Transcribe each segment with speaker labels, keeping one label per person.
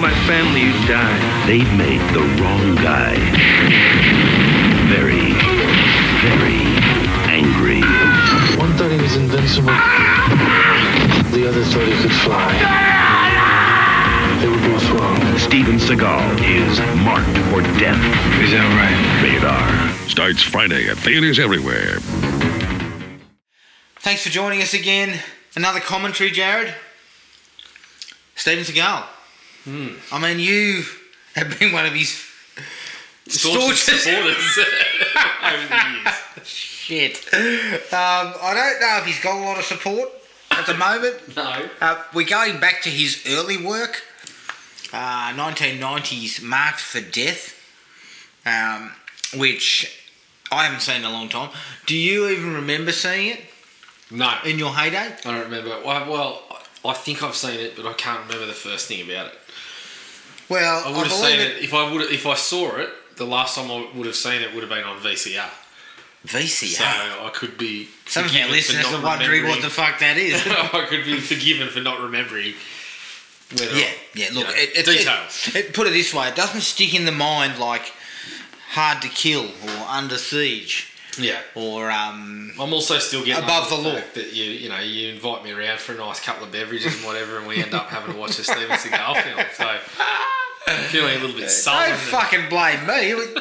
Speaker 1: my family, you die.
Speaker 2: They've made the wrong guy very, very angry.
Speaker 3: One thought he was invincible. The other thought he could fly. They were both wrong.
Speaker 2: Steven Seagal is marked for death.
Speaker 3: Is that right?
Speaker 2: Rated R.
Speaker 4: Starts Friday at theaters everywhere.
Speaker 5: Thanks for joining us again. Another commentary, Jared. Steven Seagal.
Speaker 6: Hmm.
Speaker 5: I mean, you have been one of his staunchest
Speaker 6: supporters over the years.
Speaker 5: shit. Um, I don't know if he's got a lot of support at the moment.
Speaker 6: No.
Speaker 5: Uh, we're going back to his early work, uh, 1990s Marked for Death, um, which I haven't seen in a long time. Do you even remember seeing it
Speaker 6: No.
Speaker 5: in your heyday?
Speaker 6: I don't remember. Well, well, I I think I've seen it, but I can't remember the first thing about it.
Speaker 5: Well, I,
Speaker 6: I would have
Speaker 5: believe
Speaker 6: seen
Speaker 5: it.
Speaker 6: it if I would if I saw it. The last time I would have seen it would have been on VCR.
Speaker 5: VCR.
Speaker 6: So I could be.
Speaker 5: Some of our
Speaker 6: forgiven for
Speaker 5: listeners
Speaker 6: not
Speaker 5: are wondering what the
Speaker 6: remembering-
Speaker 5: fuck that is.
Speaker 6: I could be forgiven for not remembering. whether
Speaker 5: Yeah,
Speaker 6: I-
Speaker 5: yeah. Look,
Speaker 6: you know,
Speaker 5: it, it,
Speaker 6: details.
Speaker 5: It, it- put it this way: it doesn't stick in the mind like "Hard to Kill" or "Under Siege"
Speaker 6: yeah.
Speaker 5: or um,
Speaker 6: I'm also still getting
Speaker 5: Above
Speaker 6: over
Speaker 5: the law.
Speaker 6: fact that you you know you invite me around for a nice couple of beverages and whatever, and we end up having to watch a Steven Seagal film. So I'm feeling a little bit sullen.
Speaker 5: Don't fucking blame me. We-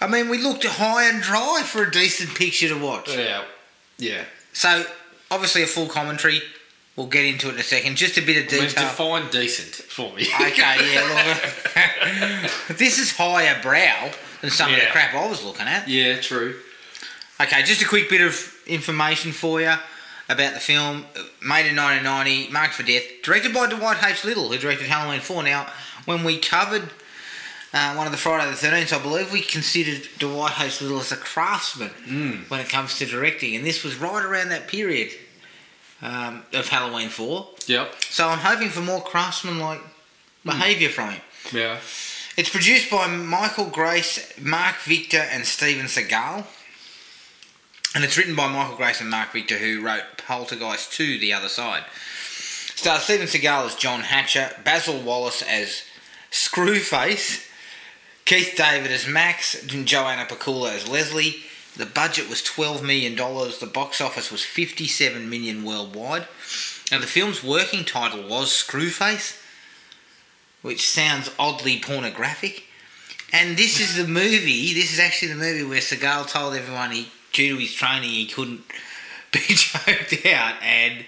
Speaker 5: I mean, we looked high and dry for a decent picture to watch.
Speaker 6: Yeah, yeah.
Speaker 5: So, obviously, a full commentary. We'll get into it in a second. Just a bit of
Speaker 6: I mean,
Speaker 5: detail.
Speaker 6: define decent for me.
Speaker 5: okay, yeah. Look, this is higher brow than some of the
Speaker 6: Yeah.
Speaker 5: crap I was looking at.
Speaker 6: yeah, true.
Speaker 5: Okay, just a quick bit of information for you about the film. Made in 1990, Marked for Death, directed by Dwight H. Little, who directed Halloween 4. Now, when we covered uh, one of the Friday the 13th, I believe we considered Dwight H. Little as a craftsman when it comes to directing, and this was right around that period um, of Halloween 4.
Speaker 6: Yep.
Speaker 5: So I'm hoping for more craftsman-like behaviour from him.
Speaker 6: Yeah.
Speaker 5: It's produced by Michael Grace, Mark Victor, and Steven Seagal. And it's written by Michael Grace and Mark Victor, who wrote Poltergeist 2 The Other Side. Stars Steven Seagal as John Hatcher, Basil Wallace as Screwface, Keith David as Max, and Joanna Pacula as Leslie. The budget was $12 million, the box office was $57 million worldwide. Now, the film's working title was Screwface which sounds oddly pornographic. And this is the movie. This is actually the movie where Seagal told everyone he, due to his training, he couldn't be choked out, and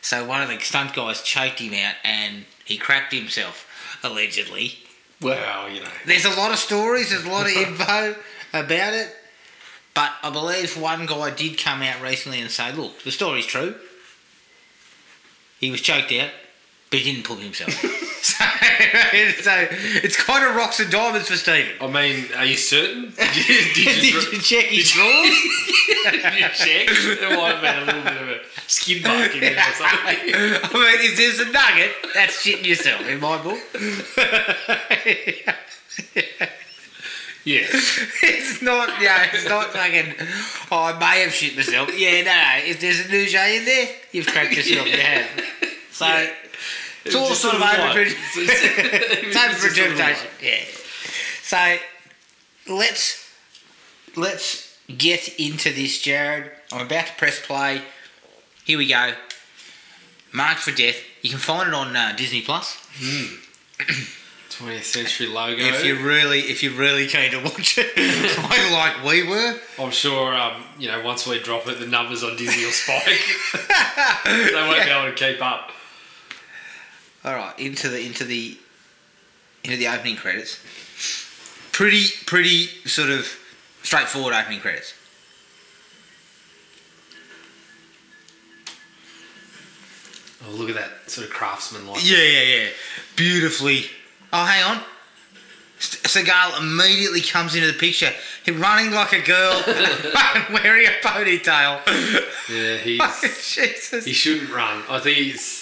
Speaker 5: so one of the stunt guys choked him out, and he crapped himself allegedly.
Speaker 6: Well, you know.
Speaker 5: There's a lot of stories. There's a lot of info about it, but I believe one guy did come out recently and say, "Look, the story's true. He was choked out, but he didn't pull himself." so, so it's kind of rocks and diamonds for Stephen.
Speaker 6: I mean, are you certain? Did you,
Speaker 5: Did you,
Speaker 6: dr-
Speaker 5: check his drawers?
Speaker 6: did you check? There might have been a little bit of a skin mark in there or something.
Speaker 5: I mean, if there's a nugget, that's shitting yourself in my book.
Speaker 6: Yeah.
Speaker 5: It's not, yeah, it's not fucking. Oh, I may have shit myself. Yeah, no, no. If there's a nougat in there, you've cracked yourself. You have. So it's all
Speaker 6: just
Speaker 5: sort of
Speaker 6: sort of
Speaker 5: over.
Speaker 6: light.
Speaker 5: It's
Speaker 6: It's
Speaker 5: over
Speaker 6: just sort of
Speaker 5: interpretation. Yeah. So let's let's get into this, Jared. I'm about to press play. Here we go. Marked for death. You can find it on uh, Disney Plus
Speaker 6: 20th century logo.
Speaker 5: if you're really if you're really keen to watch it, like we were.
Speaker 6: I'm sure, um, you know, once we drop it, the numbers on Disney will spike. they won't be able to keep up.
Speaker 5: All right, into the into the into the opening credits. Pretty pretty sort of straightforward opening credits.
Speaker 6: Oh, look at that sort of craftsman like.
Speaker 5: Yeah, yeah, yeah. Beautifully. Oh, hang on. S- Seagal immediately comes into the picture. He's running like a girl, wearing a ponytail. Oh,
Speaker 6: Yeah, he's.
Speaker 5: Jesus.
Speaker 6: He shouldn't run. I think he's.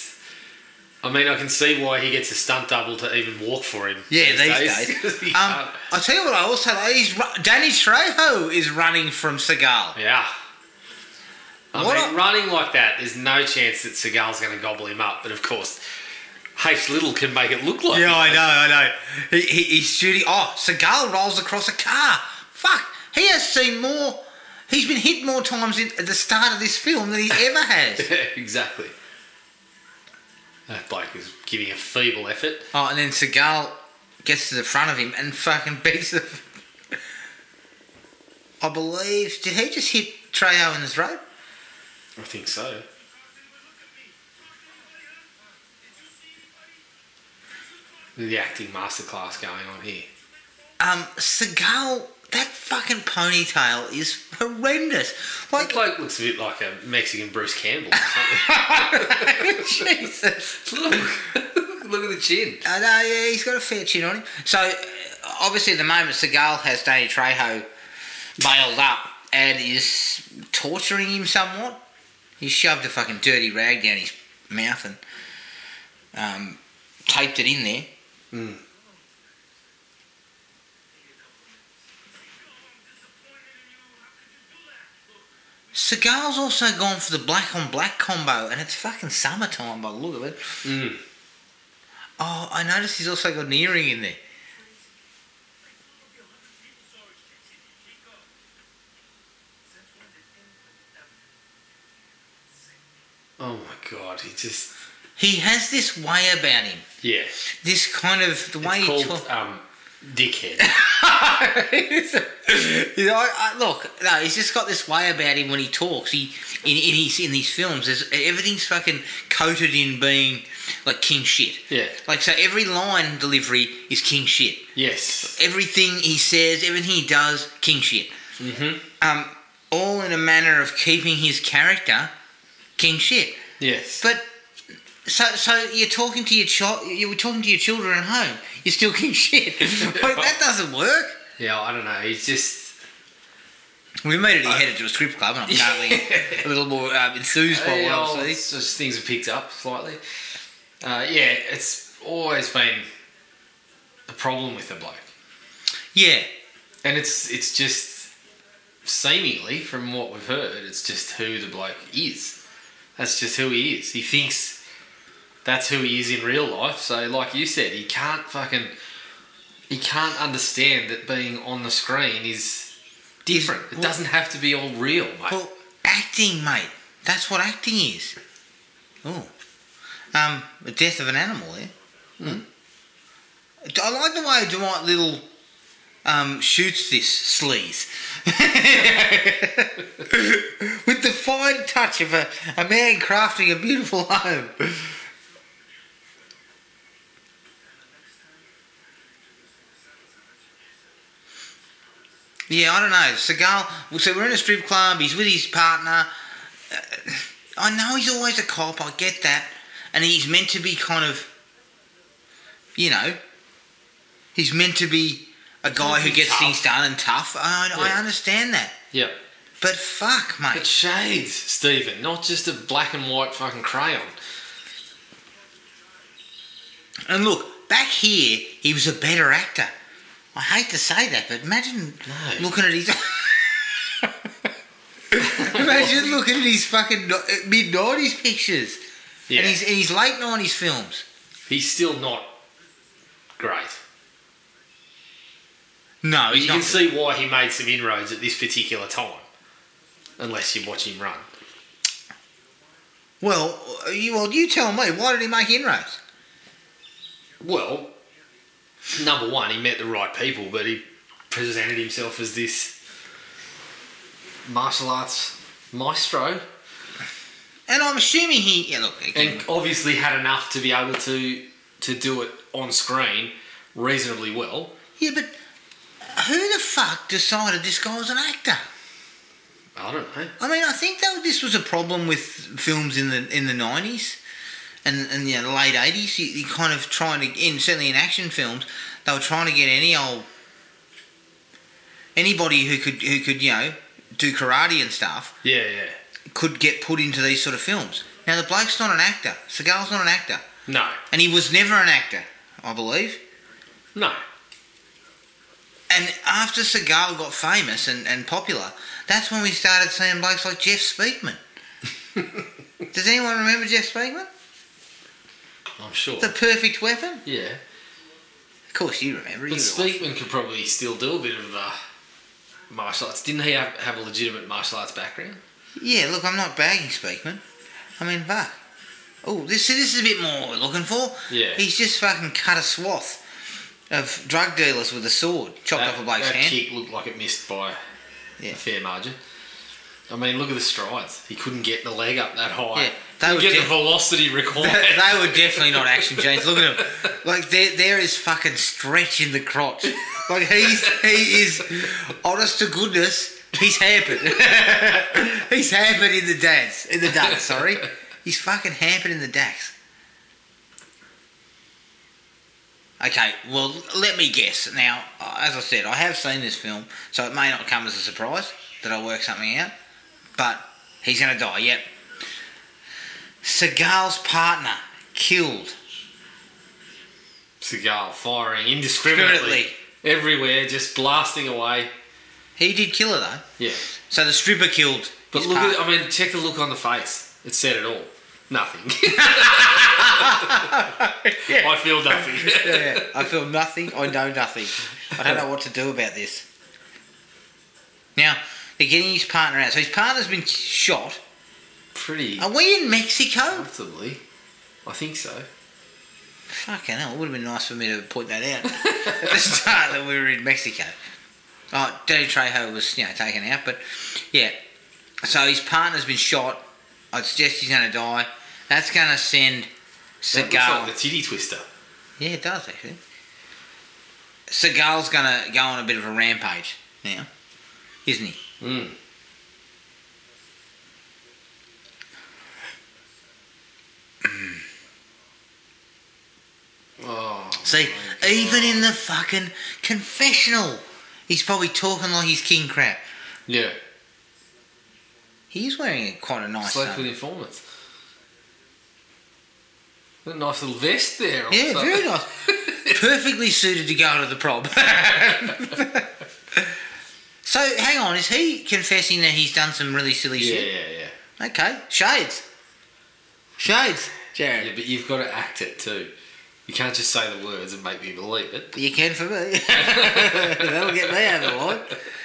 Speaker 6: I mean, I can see why he gets a stunt double to even walk for him.
Speaker 5: Yeah, these days.
Speaker 6: 'Cause he
Speaker 5: Um,
Speaker 6: can't-
Speaker 5: I tell you what, I also like. He's ru- Danny Trejo is running from Seagal.
Speaker 6: yeah. I
Speaker 5: What
Speaker 6: mean,
Speaker 5: a-
Speaker 6: running like that, there's no chance that Seagal's going to gobble him up. But of course, Haste Little can make it look like.
Speaker 5: Yeah, I know, I know. He, he, he's shooting. Oh, Seagal rolls across a car. Fuck, he has seen more. He's been hit more times in, at the start of this film than he ever has.
Speaker 6: exactly. That bloke is giving a feeble effort.
Speaker 5: Oh, and then Seagal gets to the front of him and fucking beats the. I believe. Did he just hit Trejo in the throat?
Speaker 6: I think so. The acting masterclass going on here.
Speaker 5: Um, Seagal, that fucking ponytail is horrendous.
Speaker 6: That
Speaker 5: Like,
Speaker 6: bloke looks a bit like a Mexican Bruce Campbell or something.
Speaker 5: Jesus.
Speaker 6: look, look at the chin.
Speaker 5: I know, Uh, yeah, he's got a fair chin on him. So, uh, obviously, at the moment, Seagal has Danny Trejo bailed up and is torturing him somewhat. He shoved a fucking dirty rag down his mouth and um, taped it in there. Seagal's also gone for the black on black combo, and it's fucking summertime by the look of it.
Speaker 6: Mm.
Speaker 5: Oh, I noticed he's also got an earring in there.
Speaker 6: Oh my god, he just.
Speaker 5: He has this way about him.
Speaker 6: Yeah.
Speaker 5: This kind of the way
Speaker 6: It's
Speaker 5: he
Speaker 6: called
Speaker 5: talks.
Speaker 6: um, Dickhead.
Speaker 5: you know, I, I, look, no, he's just got this way about him when he talks. He in, in his in these films, there's, everything's fucking coated in being like king shit.
Speaker 6: Yeah.
Speaker 5: Like so, every line delivery is king shit.
Speaker 6: yes.
Speaker 5: Everything he says, everything he does, king shit.
Speaker 6: Mm-hmm.
Speaker 5: Um, all in a manner of keeping his character king shit.
Speaker 6: Yes.
Speaker 5: But so so you're talking to your child. You were talking to your children at home. You're still king shit. Like, that doesn't work.
Speaker 6: yeah, I don't know. He's just.
Speaker 5: We made it. He headed to a strip club, and I'm currently a little more um, enthused by what
Speaker 6: Yeah, well,
Speaker 5: I'm seeing.
Speaker 6: it's oh, just things have picked up slightly. Uh, yeah, it's always been a problem with the bloke,
Speaker 5: Yeah,
Speaker 6: and it's it's just seemingly from what we've heard, it's just who the bloke is. That's just who he is. He thinks that's who he is in real life. So, like you said, he can't fucking he can't understand that being on the screen is different. It
Speaker 5: Well-
Speaker 6: doesn't have to be all real, mate.
Speaker 5: well, acting, mate. That's what acting is. Oh, um, the death of an animal. Yeah. I like the way Dwight Little um, shoots this sleaze with the fine touch of a, a man crafting a beautiful home. Yeah, I don't know. Seagal, so we're in a strip club, he's with his partner. Uh, I know he's always a cop, I get that. And he's meant to be kind of, you know, he's meant to be a guy who
Speaker 6: be
Speaker 5: gets
Speaker 6: tough.
Speaker 5: things done and tough. I,
Speaker 6: Yeah.
Speaker 5: I understand that.
Speaker 6: yep.
Speaker 5: But fuck,
Speaker 6: But
Speaker 5: mate.
Speaker 6: shades, Stephen, not just a black and white fucking crayon.
Speaker 5: And look, back here, he was a better actor. I hate to say that, but imagine
Speaker 6: No.
Speaker 5: looking at his. imagine looking at his fucking mid 90s pictures
Speaker 6: Yeah,
Speaker 5: and, his,
Speaker 6: he's,
Speaker 5: and his late 90s films.
Speaker 6: still not great.
Speaker 5: No, he's
Speaker 6: you
Speaker 5: not.
Speaker 6: can see why he made some inroads at this particular time, unless you watch him run.
Speaker 5: well, you, well, you tell me, why did he make inroads?
Speaker 6: Well, number one, he met the right people, but he presented himself as this martial arts maestro,
Speaker 5: And I'm assuming he. Yeah, look, again,
Speaker 6: and obviously had enough to be able to to do it on screen reasonably well.
Speaker 5: yeah, but who the fuck decided this guy was an actor?
Speaker 6: I don't know.
Speaker 5: I mean, I think that this was a problem with films in the in the nineties and and you know, the late eighties. You, you kind of trying to in certainly in action films, they were trying to get any old anybody who could who could you know do karate and stuff
Speaker 6: Yeah, yeah.
Speaker 5: could get put into these sort of films. Now the bloke's not an actor. Seagal's not an actor,
Speaker 6: No,
Speaker 5: and he was never an actor, I believe.
Speaker 6: no.
Speaker 5: And after Seagal got famous and, and popular, that's when we started seeing blokes like Jeff Speakman. Does anyone remember Jeff Speakman?
Speaker 6: I'm sure.
Speaker 5: The perfect weapon?
Speaker 6: yeah.
Speaker 5: Of course, you remember. You
Speaker 6: But
Speaker 5: were like-
Speaker 6: Speakman could probably still do a bit of uh, martial arts. Didn't he have, have a legitimate martial arts background?
Speaker 5: Yeah, look, I'm not bagging Speakman. I mean, fuck. Oh, this see, this is a bit more what we're looking for.
Speaker 6: Yeah.
Speaker 5: He's just fucking cut a swath of drug dealers with a sword, chopped
Speaker 6: that,
Speaker 5: off a bloke's
Speaker 6: that
Speaker 5: hand.
Speaker 6: kick looked like it missed by
Speaker 5: Yeah.
Speaker 6: a fair margin. I mean, look at the strides. He couldn't get the leg up that high.
Speaker 5: Yeah, they
Speaker 6: Couldn't
Speaker 5: were
Speaker 6: get
Speaker 5: def-
Speaker 6: the velocity required.
Speaker 5: They- they were definitely not action chains. Look at him. Like there, there is fucking stretch in the crotch. Like he's he is honest to goodness. He's hampered. he's hampered in the dance in the dance. Sorry, he's fucking hampered in the dax. Okay, well let me guess. Now, as I said, I have seen this film, so it may not come as a surprise that I work something out. But he's gonna die. Yep, Seagal's partner killed.
Speaker 6: Seagal firing indiscriminately
Speaker 5: Indiscriminately.
Speaker 6: everywhere, just blasting away.
Speaker 5: He did kill her though.
Speaker 6: Yeah,
Speaker 5: So the stripper killed.
Speaker 6: but
Speaker 5: his
Speaker 6: look at
Speaker 5: partner.
Speaker 6: I mean, check the look on the face. It said it all. Nothing. I feel nothing.
Speaker 5: Yeah, yeah. I feel nothing. I know nothing. I don't know what to do about this. Now they're getting his partner out. So his partner's been shot.
Speaker 6: Pretty
Speaker 5: Are we in Mexico?
Speaker 6: comfortably, I think so.
Speaker 5: Fucking hell! It would have been nice for me to point that out at the start that we were in Mexico. Oh, Danny Trejo was you know taken out, but yeah. So his partner's been shot. I suggest he's going to die. That's going to send
Speaker 6: That
Speaker 5: Seagal.
Speaker 6: looks like the titty twister.
Speaker 5: Yeah, it does actually. Seagal's gonna go on a bit of a rampage now, isn't he?
Speaker 6: Mm. Oh,
Speaker 5: See,
Speaker 6: my
Speaker 5: even
Speaker 6: God.
Speaker 5: in the fucking confessional, he's probably talking like he's king crab.
Speaker 6: yeah,
Speaker 5: He is wearing quite a nice.
Speaker 6: slept with
Speaker 5: Um,
Speaker 6: informants. What a nice little vest there.
Speaker 5: yeah,
Speaker 6: also.
Speaker 5: very nice. Perfectly suited to go to the prob. so hang on, is he confessing that he's done some really silly
Speaker 6: yeah,
Speaker 5: shit?
Speaker 6: yeah, yeah.
Speaker 5: Okay, shades, shades, Jared.
Speaker 6: Yeah, but you've got to act it too. You can't just say the words and make me believe it.
Speaker 5: You can for me. That'll get me over the line.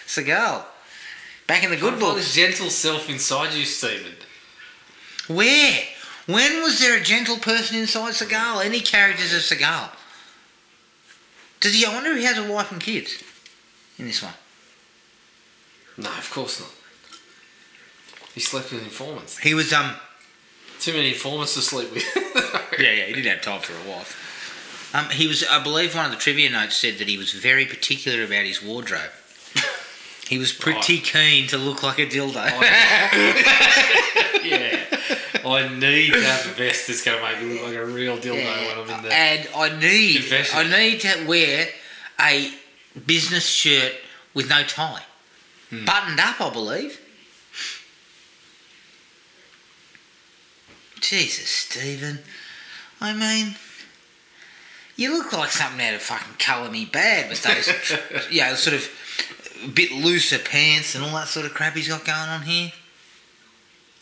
Speaker 5: Seagal. Back in the good
Speaker 6: Good boy.
Speaker 5: books.
Speaker 6: This gentle self inside you, Stephen.
Speaker 5: Where? When was there a gentle person inside Seagal? Any characters of Seagal? Does he? I wonder if he has a wife and kids in this one.
Speaker 6: No, of course not. He slept with informants.
Speaker 5: He was um.
Speaker 6: Too many informants to sleep with.
Speaker 5: yeah. He didn't have time for a wife. Um, he was. I believe one of the trivia notes said that he was very particular about his wardrobe. He was pretty keen to look like a dildo.
Speaker 6: yeah. I need to have a vest that's going to make me look like a real dildo
Speaker 5: Yeah.
Speaker 6: when I'm in the.
Speaker 5: and I need
Speaker 6: confession.
Speaker 5: I need to wear a business shirt with no tie,
Speaker 6: Hmm.
Speaker 5: buttoned up, I believe. Jesus, Stephen. I mean, you look like something out of fucking Colour Me Bad with those, you know, sort of a bit looser pants and all that sort of crap he's got going on here.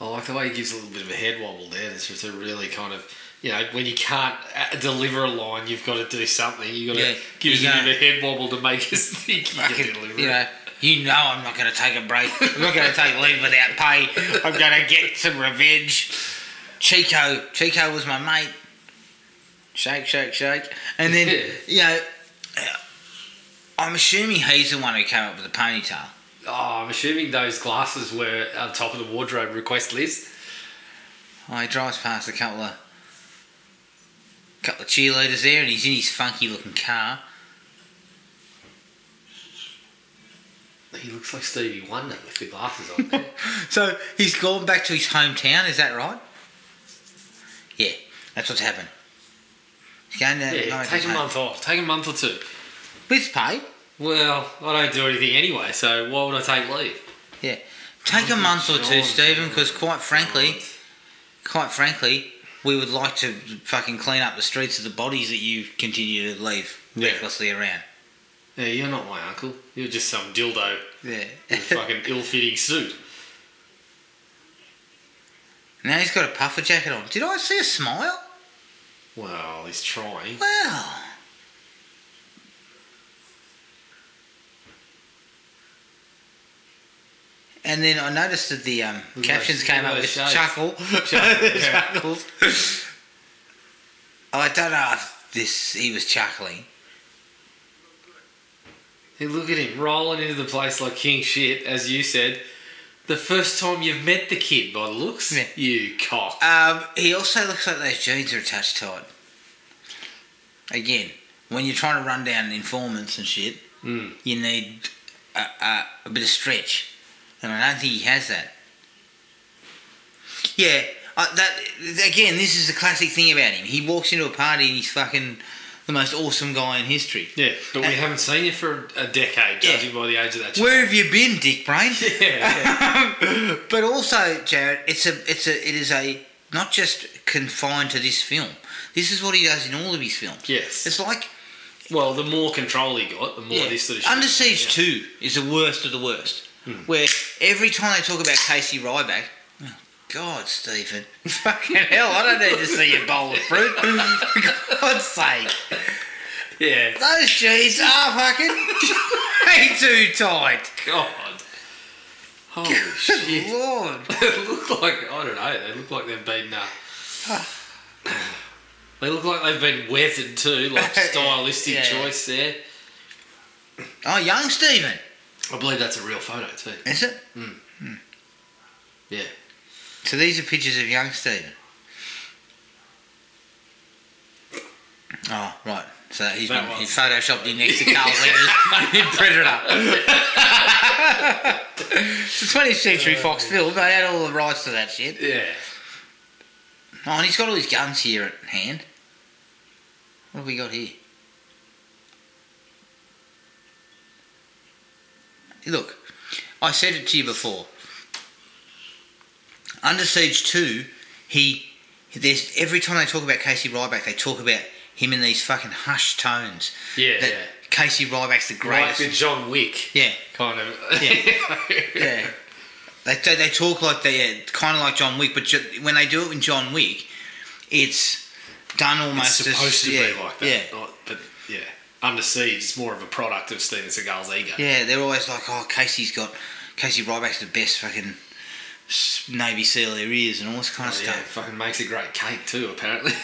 Speaker 5: Uh,
Speaker 6: I like the way he gives a little bit of a head wobble there. It's just a really kind of. You know, when you can't uh, deliver a line, you've got to do something. You've got to
Speaker 5: Yeah,
Speaker 6: give us
Speaker 5: you
Speaker 6: a bit of a head wobble to make us think you can
Speaker 5: fucking,
Speaker 6: deliver
Speaker 5: you
Speaker 6: it.
Speaker 5: know, you know I'm not going to take a break. I'm not going to take leave without pay. I'm going to get some revenge. Chico, Chico was my mate. Shake, shake, shake. And then, you know, I'm assuming he's the one who came up with the ponytail.
Speaker 6: Oh, I'm assuming those glasses were on top of the wardrobe request list.
Speaker 5: Oh, he drives past a couple of couple of cheerleaders there, and he's in his funky looking car.
Speaker 6: He looks like Stevie Wonder with the glasses on. There.
Speaker 5: So he's gone back to his hometown, is that right? Yeah, that's what's happened. He's going to
Speaker 6: yeah,
Speaker 5: no, it's
Speaker 6: take a
Speaker 5: home.
Speaker 6: month off. Take a month or two.
Speaker 5: With pay,
Speaker 6: Well, I don't do anything anyway, so why would I take leave?
Speaker 5: yeah. Take a month or two,
Speaker 6: Sean,
Speaker 5: Stephen,
Speaker 6: yeah.
Speaker 5: because quite frankly, quite frankly, we would like to fucking clean up the streets of the bodies that you continue to leave
Speaker 6: Yeah.
Speaker 5: recklessly around.
Speaker 6: Yeah, you're not my uncle. You're just some dildo
Speaker 5: Yeah.
Speaker 6: with a fucking ill-fitting suit.
Speaker 5: now he's got a puffer jacket on. Did I see a smile?
Speaker 6: Well, he's trying.
Speaker 5: Well, and then I noticed that the um,
Speaker 6: Look at
Speaker 5: captions
Speaker 6: those-
Speaker 5: came
Speaker 6: look
Speaker 5: up
Speaker 6: at
Speaker 5: with
Speaker 6: those shapes.
Speaker 5: chuckle,
Speaker 6: Chuckle, yeah.
Speaker 5: chuckles. Oh, I don't know if this he was chuckling.
Speaker 6: Hey, look at him rolling into the place like king shit, as you said. The first time you've met the kid, by the looks,
Speaker 5: Yeah.
Speaker 6: you cock.
Speaker 5: Um, he also looks like those jeans are attached to it. Again, when you're trying to run down informants and shit,
Speaker 6: Mm.
Speaker 5: you need a, a, a bit of stretch, and I don't think he has that. Yeah, I, that again, this is the classic thing about him. He walks into a party and he's fucking the most awesome guy in history.
Speaker 6: Yeah, but we
Speaker 5: And-
Speaker 6: haven't seen you for a decade,
Speaker 5: Uh, Yeah.
Speaker 6: judging by the age of that.
Speaker 5: Where have you been, Dick Brain?
Speaker 6: child. Yeah,
Speaker 5: but also, Jared, it's a, it's a, it is a not just confined to this film. This is what he does in all of his films.
Speaker 6: yes.
Speaker 5: It's like
Speaker 6: Well, the more control he got, the more
Speaker 5: yeah,
Speaker 6: this sort of shit.
Speaker 5: Under Siege
Speaker 6: yeah. Hmm.
Speaker 5: Two is the worst of the worst, where every time they talk about Casey Ryback, oh, God, Stephen, fucking hell, I don't need to see a bowl of fruit. For God's sake,
Speaker 6: Yeah.
Speaker 5: those jeans are fucking way too tight.
Speaker 6: God. Holy shit.
Speaker 5: Lord,
Speaker 6: they look like I don't know. They look like they've been. Uh, they look like they've been weathered too. Like stylistic
Speaker 5: Yeah.
Speaker 6: choice there.
Speaker 5: oh, young Stephen,
Speaker 6: I believe that's a real photo too.
Speaker 5: is it?
Speaker 6: Hmm.
Speaker 5: Hmm.
Speaker 6: Yeah.
Speaker 5: So these are pictures of young Stephen. Oh, right. So he's
Speaker 6: That
Speaker 5: been,
Speaker 6: one.
Speaker 5: he's photoshopped in next to Carl Weathers in Predator. it's a 20th century Fox film. They had all the rights to that shit.
Speaker 6: Yeah.
Speaker 5: Oh, and he's got all his guns here at hand. What have we got here? Look, I said it to you before. Under Siege 2, he. There's, every time they talk about Casey Ryback, they talk about him in these fucking hushed tones.
Speaker 6: Yeah.
Speaker 5: That
Speaker 6: yeah.
Speaker 5: Casey Ryback's the
Speaker 6: Like
Speaker 5: greatest.
Speaker 6: the John Wick
Speaker 5: yeah,
Speaker 6: kind of.
Speaker 5: yeah. They, they, they talk like they kind of like John Wick, but ju- when they do it in John Wick, it's done
Speaker 6: It's
Speaker 5: almost as-
Speaker 6: supposed to
Speaker 5: yeah,
Speaker 6: be like that.
Speaker 5: Yeah,
Speaker 6: Not- but yeah. Under Siege is more of a product of Steven Seagal's ego.
Speaker 5: yeah. They're always like, oh, Casey's got Casey Ryback's the best fucking s- Navy SEAL there is, and all this kind of
Speaker 6: Oh, yeah,
Speaker 5: stuff.
Speaker 6: fucking makes a great cake too, apparently.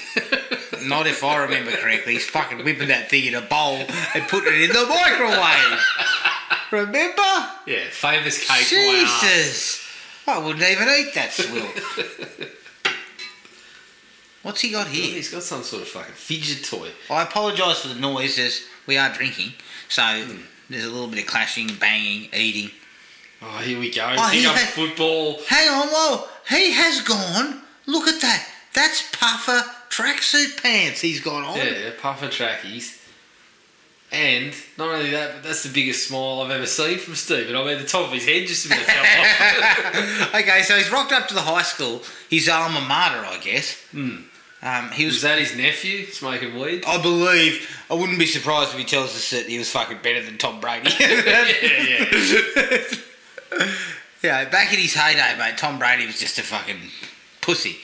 Speaker 5: Not if I remember correctly, he's fucking whipping that thing in a bowl and putting it in the microwave. remember?
Speaker 6: yeah, famous cake. uh, by us.
Speaker 5: Jesus! I wouldn't even eat that swill. What's he got here?
Speaker 6: He's got some sort of fucking fidget toy.
Speaker 5: I apologise for the noise as we are drinking, so there's a little bit of clashing, banging, eating.
Speaker 6: Oh, here we go.
Speaker 5: Oh,
Speaker 6: Pick
Speaker 5: he
Speaker 6: up
Speaker 5: had-
Speaker 6: football.
Speaker 5: Hang on, whoa, he has gone. Look at that. That's puffer tracksuit pants he's got on.
Speaker 6: Yeah, puffer trackies. And not only that, but that's the biggest smile I've ever seen from Stephen. I mean, the top of his head just about fell off.
Speaker 5: okay, so he's rocked up to the high school, his alma mater, I guess. Um, he was,
Speaker 6: Was Hmm. that his nephew smoking weed?
Speaker 5: I believe, I wouldn't be surprised if he tells us that he was fucking better than Tom Brady.
Speaker 6: yeah, yeah.
Speaker 5: Yeah, back in his heyday, mate, Tom Brady was just a fucking pussy.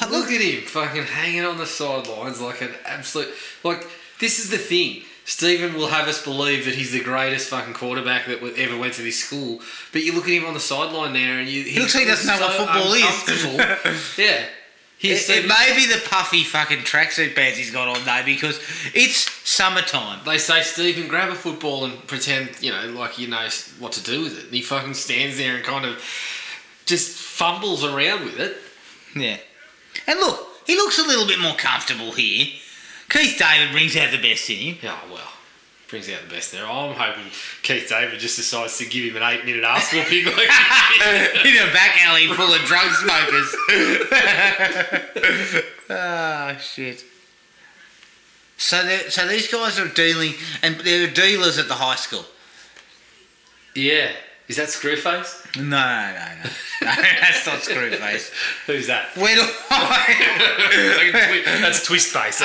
Speaker 5: Oh,
Speaker 6: Look at him fucking hanging on the sidelines like an absolute. Like, this is the thing. Stephen will have us believe that he's the greatest fucking quarterback that w- ever went to this school, but you look at him on the sideline there and you. He
Speaker 5: looks like he doesn't know what football is.
Speaker 6: is. yeah. He's
Speaker 5: It, it may be the puffy fucking tracksuit pants he's got on though, because it's summertime.
Speaker 6: They say, Stephen, grab a football and pretend, you know, like you know s- what to do with it. And he fucking stands there and kind of just fumbles around with it.
Speaker 5: Yeah. And look, he looks a little bit more comfortable here. Keith David brings out the best in him.
Speaker 6: Oh, well. Brings out the best there. I'm hoping Keith David just decides to give him an eight minute ass whooping. Like,
Speaker 5: in a back alley full of drug smokers. Ah, shit. So, they're- so these guys are dealing, and they're dealers at the high school.
Speaker 6: yeah. Is that Screwface?
Speaker 5: No, no, no, no. no that's not Screwface.
Speaker 6: Who's that?
Speaker 5: Where do I?
Speaker 6: That's Twistface.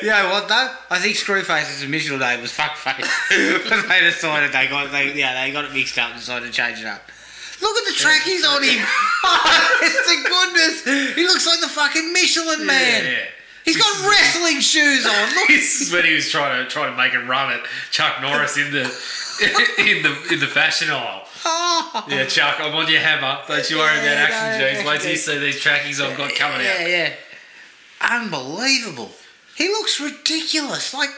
Speaker 5: You know what though? I think Screwface's initial name was Fuckface, but they decided they got they yeah they got it mixed up and decided to change it up. Look at the track he's on him. it's the goodness. He looks like the fucking Michelin man.
Speaker 6: Yeah, yeah.
Speaker 5: He's got wrestling shoes on. Look.
Speaker 6: This is when he was trying to trying to make a run at Chuck Norris in the in the in the fashion aisle.
Speaker 5: Oh.
Speaker 6: Yeah, Chuck, I'm on your hammer. Don't you worry
Speaker 5: Yeah,
Speaker 6: about action,
Speaker 5: no,
Speaker 6: James. Wait till you see these trackies I've got coming
Speaker 5: yeah,
Speaker 6: out.
Speaker 5: Yeah, Unbelievable. He looks ridiculous. Like,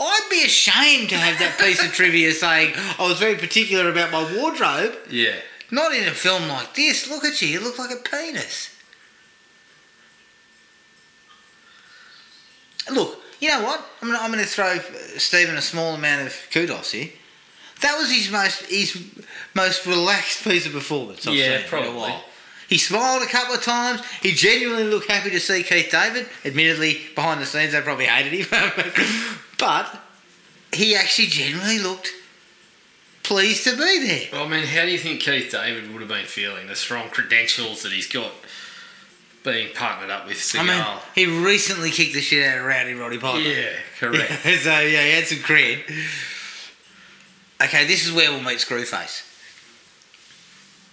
Speaker 5: I'd be ashamed to have that piece of trivia saying I was very particular about my wardrobe.
Speaker 6: Yeah.
Speaker 5: Not in a film like this. Look at you. You look like a penis. Look, you know what? I'm gonna, I'm going to throw uh, Stephen a small amount of kudos here. That was his most his most relaxed piece of performance. I've
Speaker 6: Yeah,
Speaker 5: seen In a
Speaker 6: probably.
Speaker 5: while. He smiled a couple of times. He genuinely looked happy to see Keith David. Admittedly, behind the scenes, they probably hated him, but he actually genuinely looked pleased to be there.
Speaker 6: Well, I mean, how do you think Keith David would have been feeling? The strong credentials that he's got being partnered up with Seagal.
Speaker 5: I mean, he recently kicked the shit out of Rowdy Roddy Piper.
Speaker 6: yeah, correct.
Speaker 5: so yeah, he had some cred. Okay, this is where we'll meet Screwface.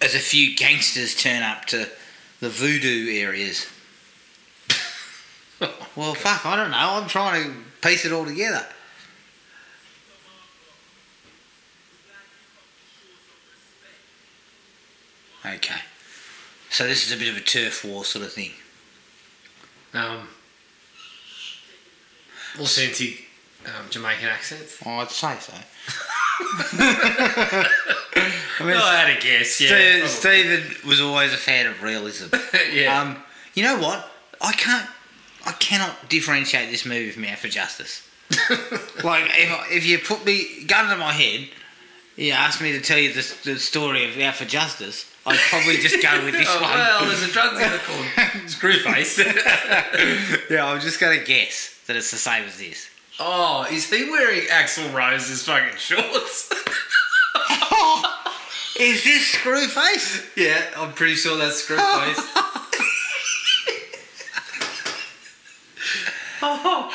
Speaker 5: As a few gangsters turn up to the voodoo areas. well, fuck, I don't know. I'm trying to piece it all together. Okay. So this is a bit of a turf war sort of thing.
Speaker 6: um, authentic um, Jamaican accents.
Speaker 5: Oh, I'd say so. I
Speaker 6: Oh,
Speaker 5: mean,
Speaker 6: I had a guess. Yeah,
Speaker 5: Ste
Speaker 6: probably.
Speaker 5: Stephen was always a fan of realism.
Speaker 6: yeah.
Speaker 5: Oh. Um, you know what? I can't. I cannot differentiate this movie from Out for Justice. like, if, I- if you put me gun to my head, you asked me to tell you the, the story of Out for Justice, I'd probably just go with this
Speaker 6: oh,
Speaker 5: one.
Speaker 6: well, there's a drug dealer called Screwface.
Speaker 5: yeah, I'm just gonna guess that it's the same as this.
Speaker 6: oh, is he wearing Axel Rose's fucking shorts?
Speaker 5: Is this Screwface?
Speaker 6: yeah, I'm pretty sure that's Screwface. oh,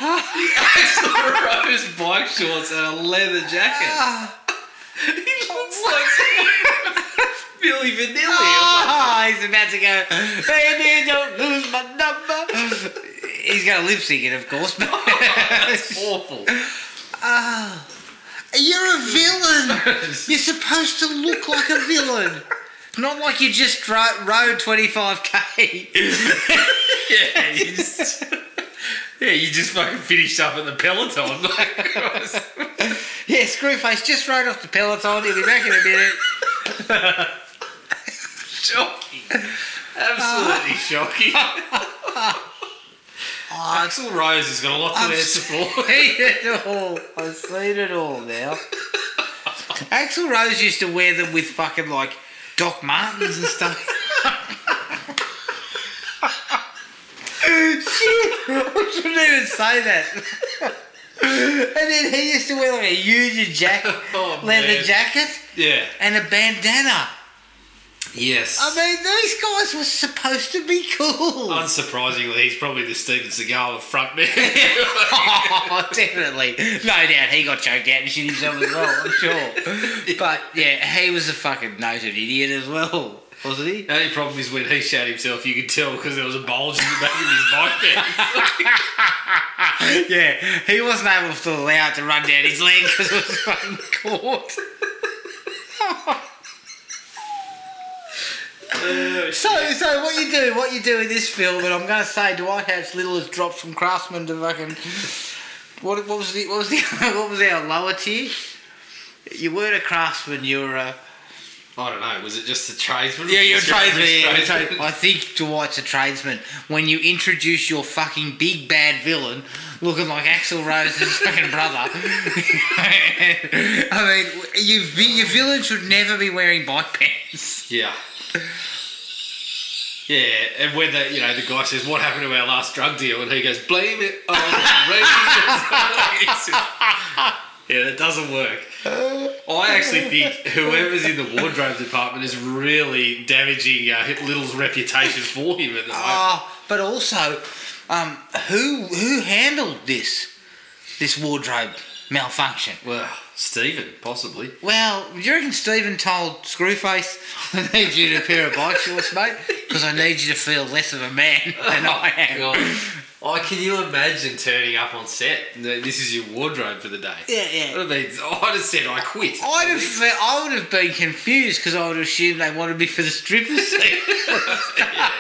Speaker 6: Axel Rose bike shorts and a leather jacket. he looks like Ah. Billy Vanilli.
Speaker 5: Oh, he's about to go. Baby, don't lose my number. He's got a lip sync it, of course. But
Speaker 6: Awful.
Speaker 5: you're a villain. You're supposed to look like a villain, not like you just dro- rode 25k.
Speaker 6: yeah, you just, yeah, you just fucking finished up at the Peloton.
Speaker 5: yeah, Screwface just rode off the peloton. He'll be back in a minute.
Speaker 6: shocking. Absolutely shocking. Ah. Axel Rose has got a lot to
Speaker 5: I'm
Speaker 6: their
Speaker 5: s-
Speaker 6: support.
Speaker 5: seen it all. I've seen it all now. Axel Rose used to wear them with fucking like Doc Martens and stuff. Shit, I shouldn't even say that. and then he used to wear like a union jacket,
Speaker 6: Oh,
Speaker 5: leather
Speaker 6: man.
Speaker 5: jacket,
Speaker 6: Yeah.
Speaker 5: and a bandana.
Speaker 6: Yes.
Speaker 5: I mean, these guys were supposed to be cool.
Speaker 6: Unsurprisingly, he's probably the Steven Seagal of front men.
Speaker 5: oh, definitely. No doubt he got choked out and shit himself as well, I'm sure. But yeah, he was a fucking noted idiot as well, wasn't he?
Speaker 6: the only problem is when he shat himself, you could tell because there was a bulge in the back of his bike pants.
Speaker 5: Yeah, he wasn't able to allow it to run down his leg because it was fucking caught. So, so what you do, what you do in this film, and I'm going to say Dwight Hatch Little has dropped from Craftsman to fucking what, what was the what was the what was our lower tier? You weren't a Craftsman, you were a
Speaker 6: I don't know. Was it just the tradesman?
Speaker 5: Yeah, you're a tradesman.
Speaker 6: Just
Speaker 5: yeah, you're a tradesman. I think Dwight's a tradesman. When you introduce your fucking big bad villain looking like Axel Rose's fucking brother, I mean, you, vi- your villain should never be wearing bike pants.
Speaker 6: Yeah. Yeah, and when the you know the guy says, "What happened to our last drug deal?" and he goes, "Blame it on the reasons." yeah, that doesn't work. I actually think whoever's in the wardrobe department is really damaging uh, Little's reputation for him at the moment.
Speaker 5: Ah, but also, um, who who handled this this wardrobe malfunction.
Speaker 6: Well, Stephen, possibly.
Speaker 5: Well, do you reckon Stephen told Screwface, I need you to pair a bike shorts, mate? Because I need you to feel less of a man than I am.
Speaker 6: Oh, can you imagine turning up on set? No, This is your wardrobe for the day.
Speaker 5: Yeah, Oh. yeah.
Speaker 6: What mean, I'd have said I quit.
Speaker 5: I'd have, fe- I would have been confused because I would assume they wanted me for the stripper scene.
Speaker 6: yeah.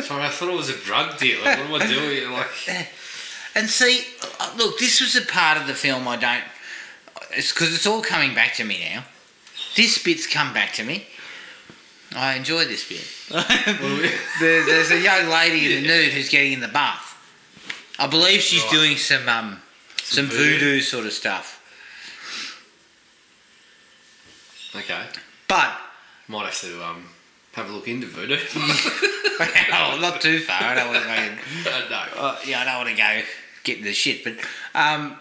Speaker 6: Sorry, I thought it was a drug dealer. What am I doing? Like,
Speaker 5: And see, uh, look, this was a part of the film I don't. It's because it's all coming back to me now. This bit's come back to me. I enjoy this bit. There- there's a young lady in the nude who's getting in the bath. I believe she's
Speaker 6: Right.
Speaker 5: doing some um, some,
Speaker 6: Some
Speaker 5: voodoo.
Speaker 6: voodoo.
Speaker 5: sort of stuff.
Speaker 6: okay,
Speaker 5: But
Speaker 6: might have to um have a look into voodoo.
Speaker 5: well, not too far. I don't want to. make it-
Speaker 6: Uh, no.
Speaker 5: Uh, yeah, I don't want to go get into the shit, but um,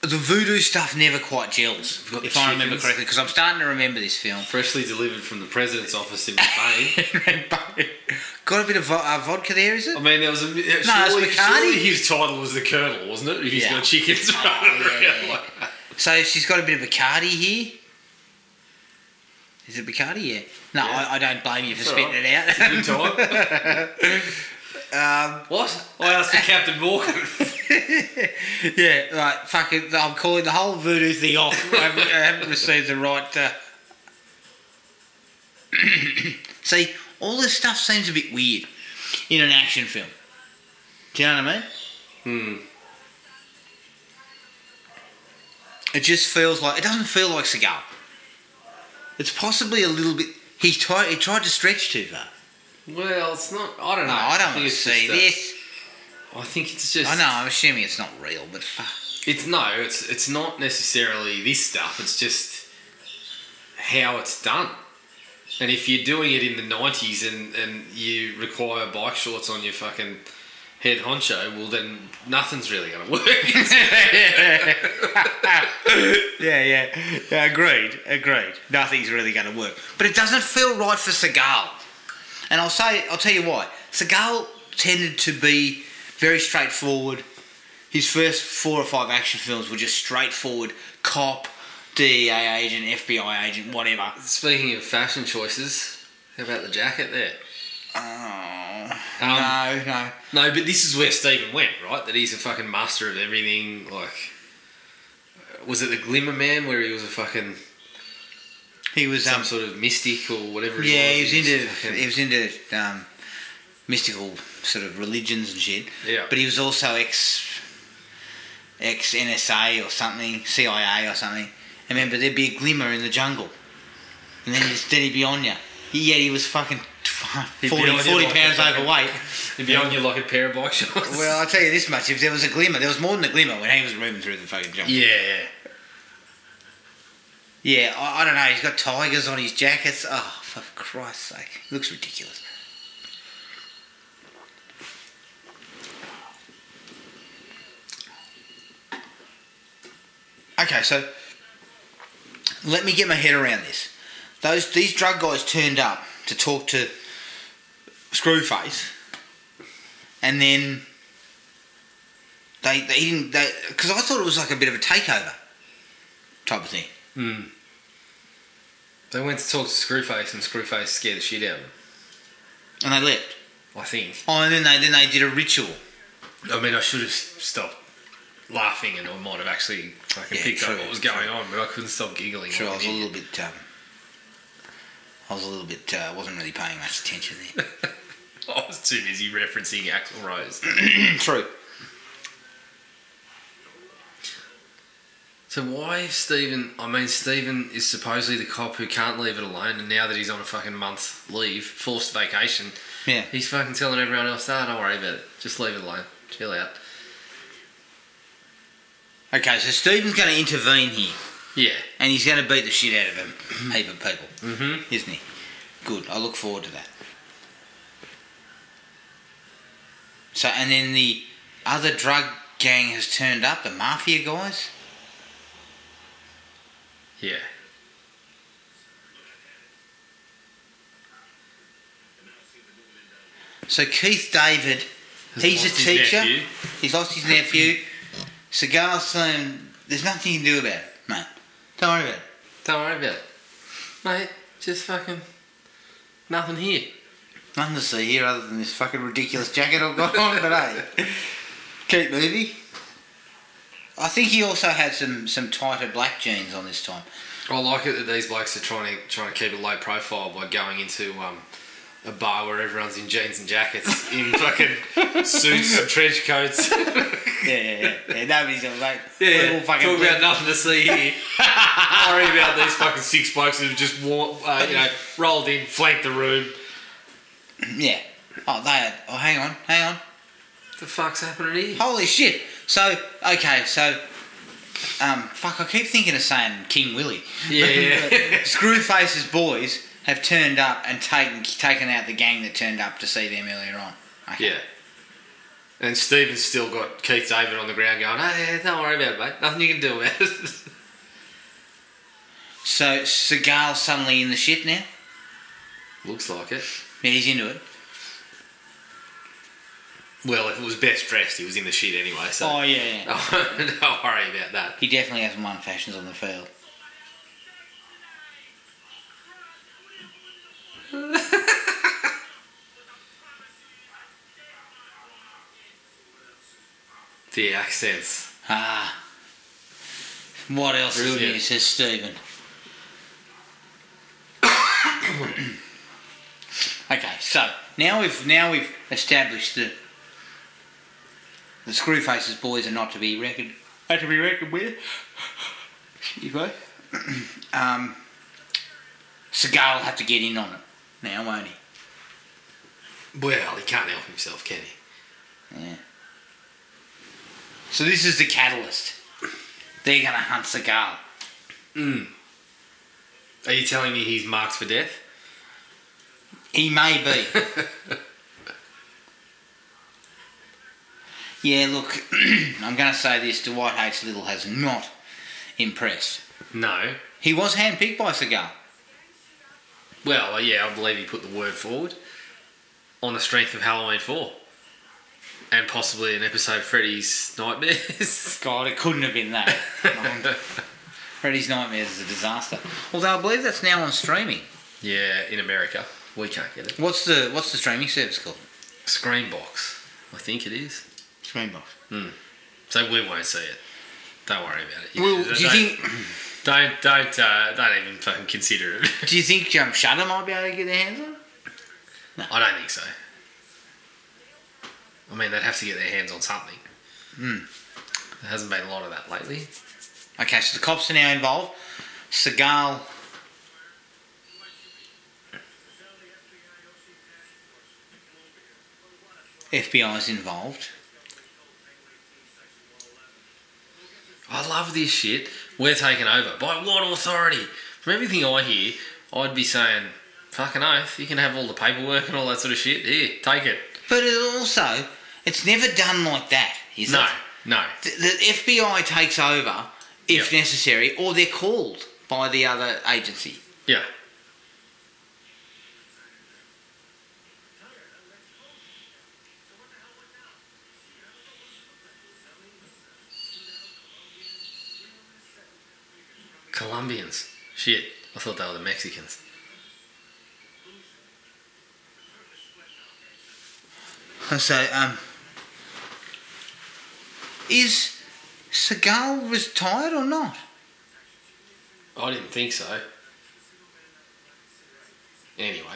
Speaker 5: the voodoo stuff never quite gels, if I remember
Speaker 6: chickens.
Speaker 5: correctly, because I'm starting to remember this film.
Speaker 6: Freshly delivered from the president's office in Spain.
Speaker 5: Got a bit of vo- uh, vodka there, is it?
Speaker 6: I mean, there was a no, surely,
Speaker 5: it's Bacardi.
Speaker 6: surely his title was the Colonel, wasn't it? If he's
Speaker 5: Yeah.
Speaker 6: got chickens running
Speaker 5: yeah,
Speaker 6: around
Speaker 5: yeah.
Speaker 6: like that.
Speaker 5: So she's got a bit of Bacardi here. Is it Bacardi? Yeah. No,
Speaker 6: Yeah.
Speaker 5: I, I don't blame you for
Speaker 6: It's all
Speaker 5: spitting
Speaker 6: right.
Speaker 5: it out.
Speaker 6: Good time. um, what? I asked the Captain Morgan.
Speaker 5: yeah, like fucking, I'm calling the whole voodoo thing off. I haven't, I haven't received the right. Uh... See, all this stuff seems a bit weird in an action film. Do you know what I mean?
Speaker 6: hmm.
Speaker 5: It just feels like it doesn't feel like Seagal. It's possibly a little bit. He tried. He tried to stretch too far.
Speaker 6: Well, it's not. I don't
Speaker 5: No,
Speaker 6: know.
Speaker 5: I don't
Speaker 6: think
Speaker 5: want to
Speaker 6: it's
Speaker 5: see
Speaker 6: just a-
Speaker 5: this.
Speaker 6: I think it's just.
Speaker 5: I know. I'm assuming it's not real, but fuck.
Speaker 6: It's no. It's it's not necessarily this stuff. It's just how it's done. And if you're doing it in the '90s and and you require bike shorts on your fucking head honcho, well then nothing's really gonna work.
Speaker 5: yeah, yeah, yeah. Agreed, agreed. Nothing's really going to work, but it doesn't feel right for Seagal. And I'll say, I'll tell you why. Seagal tended to be very straightforward. His first four or five action films were just straightforward cop, DEA agent, FBI agent, whatever.
Speaker 6: Speaking of fashion choices, how about the jacket there?
Speaker 5: Oh,
Speaker 6: Um,
Speaker 5: no, no.
Speaker 6: No, but this is where Stephen went, right? That he's a fucking master of everything. Like, uh, was it the Glimmer Man where he was a fucking
Speaker 5: He was
Speaker 6: some
Speaker 5: um,
Speaker 6: sort of mystic or whatever? he
Speaker 5: yeah, he
Speaker 6: was
Speaker 5: was into
Speaker 6: fucking-
Speaker 5: he was into um, mystical sort of religions and shit.
Speaker 6: Yeah.
Speaker 5: But he was also ex ex NSA or something, CIA or something. And remember, there'd be a glimmer in the jungle, and then he'd, then he'd be on you. Yeah, he was fucking
Speaker 6: He'd be
Speaker 5: 40,
Speaker 6: on you
Speaker 5: 40
Speaker 6: like
Speaker 5: pounds
Speaker 6: a fucking-
Speaker 5: overweight.
Speaker 6: He'd be on you like a pair of bike shorts.
Speaker 5: Well, I'll tell you this much: if there was a glimmer, there was more than a glimmer when he was roaming through the fucking jungle.
Speaker 6: yeah, yeah.
Speaker 5: Yeah, I, I don't know. He's got tigers on his jackets. Oh, for Christ's sake. Looks ridiculous. Okay, so let me get my head around this. Those these drug guys turned up to talk to Screwface, and then they they didn't they because I thought it was like a bit of a takeover type of thing.
Speaker 6: Hmm. They went to talk to Screwface, and Screwface scared the shit out of them.
Speaker 5: and they left.
Speaker 6: I think.
Speaker 5: Oh, and then they then they did a ritual.
Speaker 6: I mean, I should have stopped laughing, and I might have actually fucking
Speaker 5: Yeah,
Speaker 6: picked
Speaker 5: true,
Speaker 6: up what was
Speaker 5: true.
Speaker 6: going on, but I couldn't stop giggling.
Speaker 5: Sure, I
Speaker 6: like
Speaker 5: was
Speaker 6: an
Speaker 5: a
Speaker 6: idiot.
Speaker 5: little bit. Um, I was a little bit. Uh, wasn't really paying much attention there.
Speaker 6: I was too busy referencing Axl Rose.
Speaker 5: True.
Speaker 6: So why if Stephen? I mean, Stephen is supposedly the cop who can't leave it alone, and now that he's on a fucking month leave, forced vacation,
Speaker 5: Yeah.
Speaker 6: he's fucking telling everyone else, "Ah, don't worry about it. Just leave it alone. Chill out."
Speaker 5: Okay, so Stephen's going to intervene here,
Speaker 6: Yeah.
Speaker 5: and he's going to beat the shit out of him, heap of people,
Speaker 6: Mm-hmm.
Speaker 5: isn't he? Good. I look forward to that. So, and then the other drug gang has turned up, the mafia guys.
Speaker 6: Yeah.
Speaker 5: So Keith David,
Speaker 6: Has
Speaker 5: he's a
Speaker 6: lost his
Speaker 5: teacher.
Speaker 6: nephew.
Speaker 5: He's lost his nephew. Seagal's saying there's nothing you can do about it, mate. Don't worry about it.
Speaker 6: Don't worry about it. Mate, just fucking nothing here.
Speaker 5: Nothing to see here other than this fucking ridiculous jacket I've got on, but hey, keep moving. I think he also had some, some tighter black jeans on this time.
Speaker 6: I like it that these blokes are trying to trying to keep a low profile by going into um, a bar where everyone's in jeans and jackets, in fucking suits and trench coats.
Speaker 5: Yeah, yeah, yeah. yeah nobody's gonna make.
Speaker 6: Yeah,
Speaker 5: we're all fucking
Speaker 6: talk about nothing to see here. Worry about these fucking six blokes who've just war- uh, you know rolled in, flanked the room.
Speaker 5: Yeah. Oh, they had. Oh, hang on, hang on.
Speaker 6: The fuck's happening here?
Speaker 5: Holy shit. So, okay, so. Um, fuck, I keep thinking of saying King Willie.
Speaker 6: Yeah, yeah.
Speaker 5: Screwface's boys have turned up and taken taken out the gang that turned up to see them earlier on. Okay.
Speaker 6: Yeah. And Stephen's still got Keith David on the ground going, "Hey, yeah, don't worry about it, mate. Nothing you can do about it."
Speaker 5: So, Seagal's suddenly in the shit now.
Speaker 6: Looks like it.
Speaker 5: Yeah, he's into it.
Speaker 6: Well, if it was best dressed, he was in the shit anyway. So
Speaker 5: Oh, yeah, yeah.
Speaker 6: don't worry about that.
Speaker 5: He definitely hasn't won fashions on the field.
Speaker 6: The accents.
Speaker 5: Ah. What else is
Speaker 6: Brilliant.
Speaker 5: new, says Stephen. okay, so now we've now we've established that the Screwface's boys are not to be reckoned are to be reckoned with. Excuse me. um Seagal will have to get in on it now, won't he?
Speaker 6: Well, he can't help himself, can he?
Speaker 5: So this is the catalyst. They're gonna hunt Seagal.
Speaker 6: Are you telling me he's marked for death?
Speaker 5: He may be. yeah, look, I'm going to say this Dwight H. Little has not impressed.
Speaker 6: No.
Speaker 5: He was handpicked by Seagal.
Speaker 6: Well, uh, yeah, I believe he put the word forward on the strength of Halloween 4 and possibly an episode of Freddy's Nightmares.
Speaker 5: God, it couldn't have been that. Um, Freddy's Nightmares is a disaster. Although I believe that's now on streaming.
Speaker 6: yeah, in America. We can't get it.
Speaker 5: What's the What's the streaming service called?
Speaker 6: Screenbox, I think it is.
Speaker 5: Screenbox.
Speaker 6: So we won't see it. Don't worry about it.
Speaker 5: Well,
Speaker 6: Don't-
Speaker 5: do you think
Speaker 6: Don't don't uh, don't even fucking consider it.
Speaker 5: Do you think um, Shudder might be able to get their hands on? it?
Speaker 6: I don't think so. I mean, they'd have to get their hands on something.
Speaker 5: Hmm.
Speaker 6: There hasn't been a lot of that lately.
Speaker 5: Okay, so the cops are now involved. Seagal. FBI's involved.
Speaker 6: I love this shit. We're taken over. By what authority? From everything I hear, I'd be saying, fucking oath, you can have all the paperwork and all that sort of shit. Here, take it.
Speaker 5: But it also, it's never done like that, is
Speaker 6: No,
Speaker 5: it?
Speaker 6: no.
Speaker 5: The, the FBI takes over if
Speaker 6: Yep.
Speaker 5: necessary, or they're called by the other agency.
Speaker 6: Yeah. Colombians. Shit. I thought they were the Mexicans.
Speaker 5: So, um, is Seagal retired or not?
Speaker 6: I didn't think so. Anyway.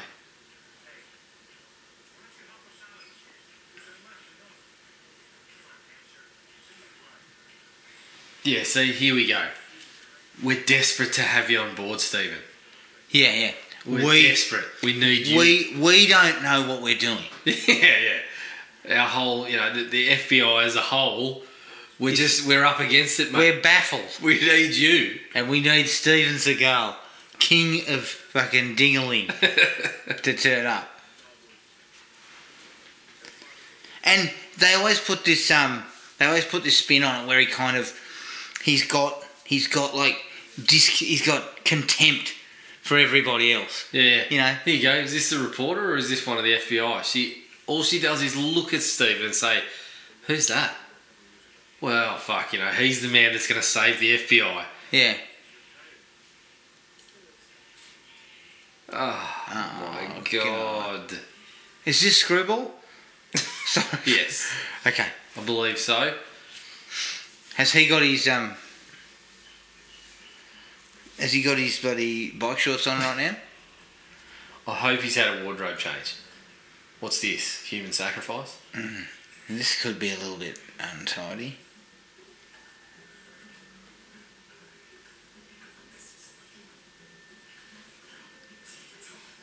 Speaker 6: Yeah, see, here we go. We're desperate to have you on board, Stephen.
Speaker 5: Yeah, yeah.
Speaker 6: We're
Speaker 5: we
Speaker 6: desperate. We need you.
Speaker 5: we we don't know what we're doing.
Speaker 6: yeah, yeah. Our whole, you know, the, the FBI as a whole, we're just, we're up against it, mate.
Speaker 5: We're baffled,
Speaker 6: we need you.
Speaker 5: and we need Steven Seagal, king of fucking dingaling, to turn up. And they always put this um, they always put this spin on it where he kind of, he's got he's got like disc, he's got contempt for everybody else.
Speaker 6: Yeah, yeah.
Speaker 5: You know?
Speaker 6: Here you go. Is this the reporter or is this one of the FBI? She all she does is look at Stephen and say, "Who's that?" well, fuck, you know, he's the man that's going to save the FBI.
Speaker 5: Yeah.
Speaker 6: Oh,
Speaker 5: Oh,
Speaker 6: my
Speaker 5: God.
Speaker 6: God.
Speaker 5: Is this Scribble? Sorry.
Speaker 6: Yes,
Speaker 5: Okay.
Speaker 6: I believe so.
Speaker 5: Has he got his um? Has he got his bloody bike shorts on right now?
Speaker 6: I hope he's had a wardrobe change. What's this? Human sacrifice?
Speaker 5: This could be a little bit untidy.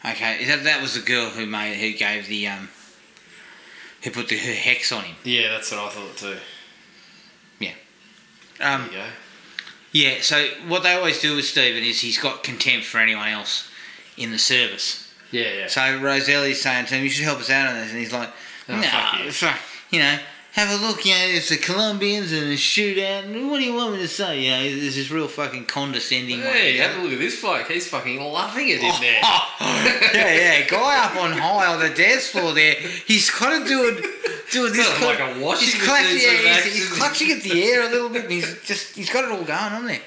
Speaker 5: Okay, that that was the girl who made who gave the um who put the her hex on him.
Speaker 6: Yeah, that's what I thought too. There
Speaker 5: Um,
Speaker 6: you go.
Speaker 5: yeah. So what they always do with Stephen is he's got contempt for anyone else in the service.
Speaker 6: Yeah, yeah.
Speaker 5: So Roselli's saying to him, "You should help us out on this," and he's like,
Speaker 6: Oh,
Speaker 5: "No,
Speaker 6: fuck you."
Speaker 5: fuck you know, have a look. You know, it's the Colombians and the shootout. And what do you want me to say? You know, there's this real fucking condescending
Speaker 6: Hey,
Speaker 5: way."
Speaker 6: have a look at this bloke. He's fucking loving it in there.
Speaker 5: yeah, yeah, guy up on high on the dance floor there. He's kind of doing doing this
Speaker 6: Sort of like a washing
Speaker 5: he's, clutching,
Speaker 6: machine sort of
Speaker 5: yeah, he's,
Speaker 6: action.
Speaker 5: he's clutching at the air a little bit. And he's just he's got it all going on there.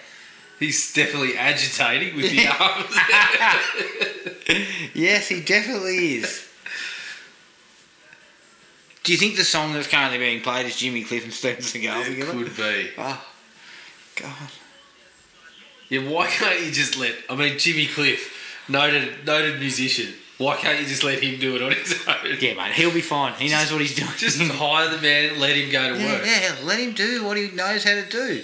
Speaker 6: He's definitely agitating with the arms.
Speaker 5: Yes, he definitely is. Do you think the song that's currently being played is Jimmy Cliff and Steven Seagal
Speaker 6: it
Speaker 5: together?
Speaker 6: could be.
Speaker 5: Oh, God.
Speaker 6: Yeah, why can't you just let? I mean, Jimmy Cliff, noted noted musician. Why can't you just let him do it on his own?
Speaker 5: Yeah, mate, he'll be fine. He knows what he's doing.
Speaker 6: Just hire the man, let him go to
Speaker 5: yeah,
Speaker 6: work.
Speaker 5: yeah, let him do what he knows how to do.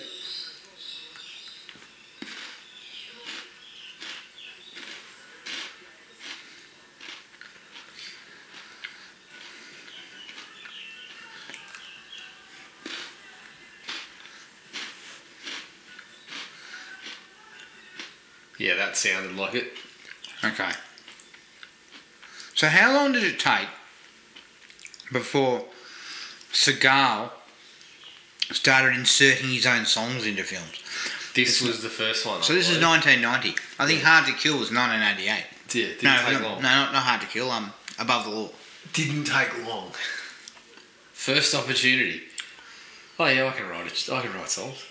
Speaker 6: Yeah, that sounded like it.
Speaker 5: Okay. So, how long did it take before Seagal started inserting his own songs into films?
Speaker 6: This was the first one. I
Speaker 5: So, this is
Speaker 6: believe.
Speaker 5: 1990. I think Hard to Kill was 1988.
Speaker 6: Yeah, didn't
Speaker 5: No,
Speaker 6: take
Speaker 5: not,
Speaker 6: long.
Speaker 5: no, not, not Hard to Kill. Um, Above the Law.
Speaker 6: Didn't take long. First opportunity. Oh yeah, I can write it. I can write songs.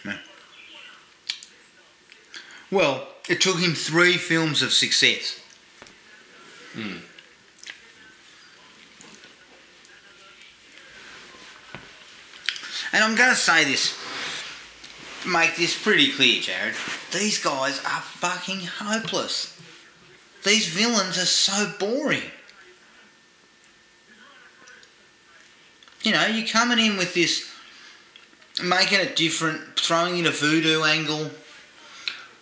Speaker 5: Well, it took him three films of success. Hmm. And I'm going to say this, make this pretty clear, Jared. These guys are fucking hopeless. These villains are so boring. You know, you're coming in with this, making it different, throwing in a voodoo angle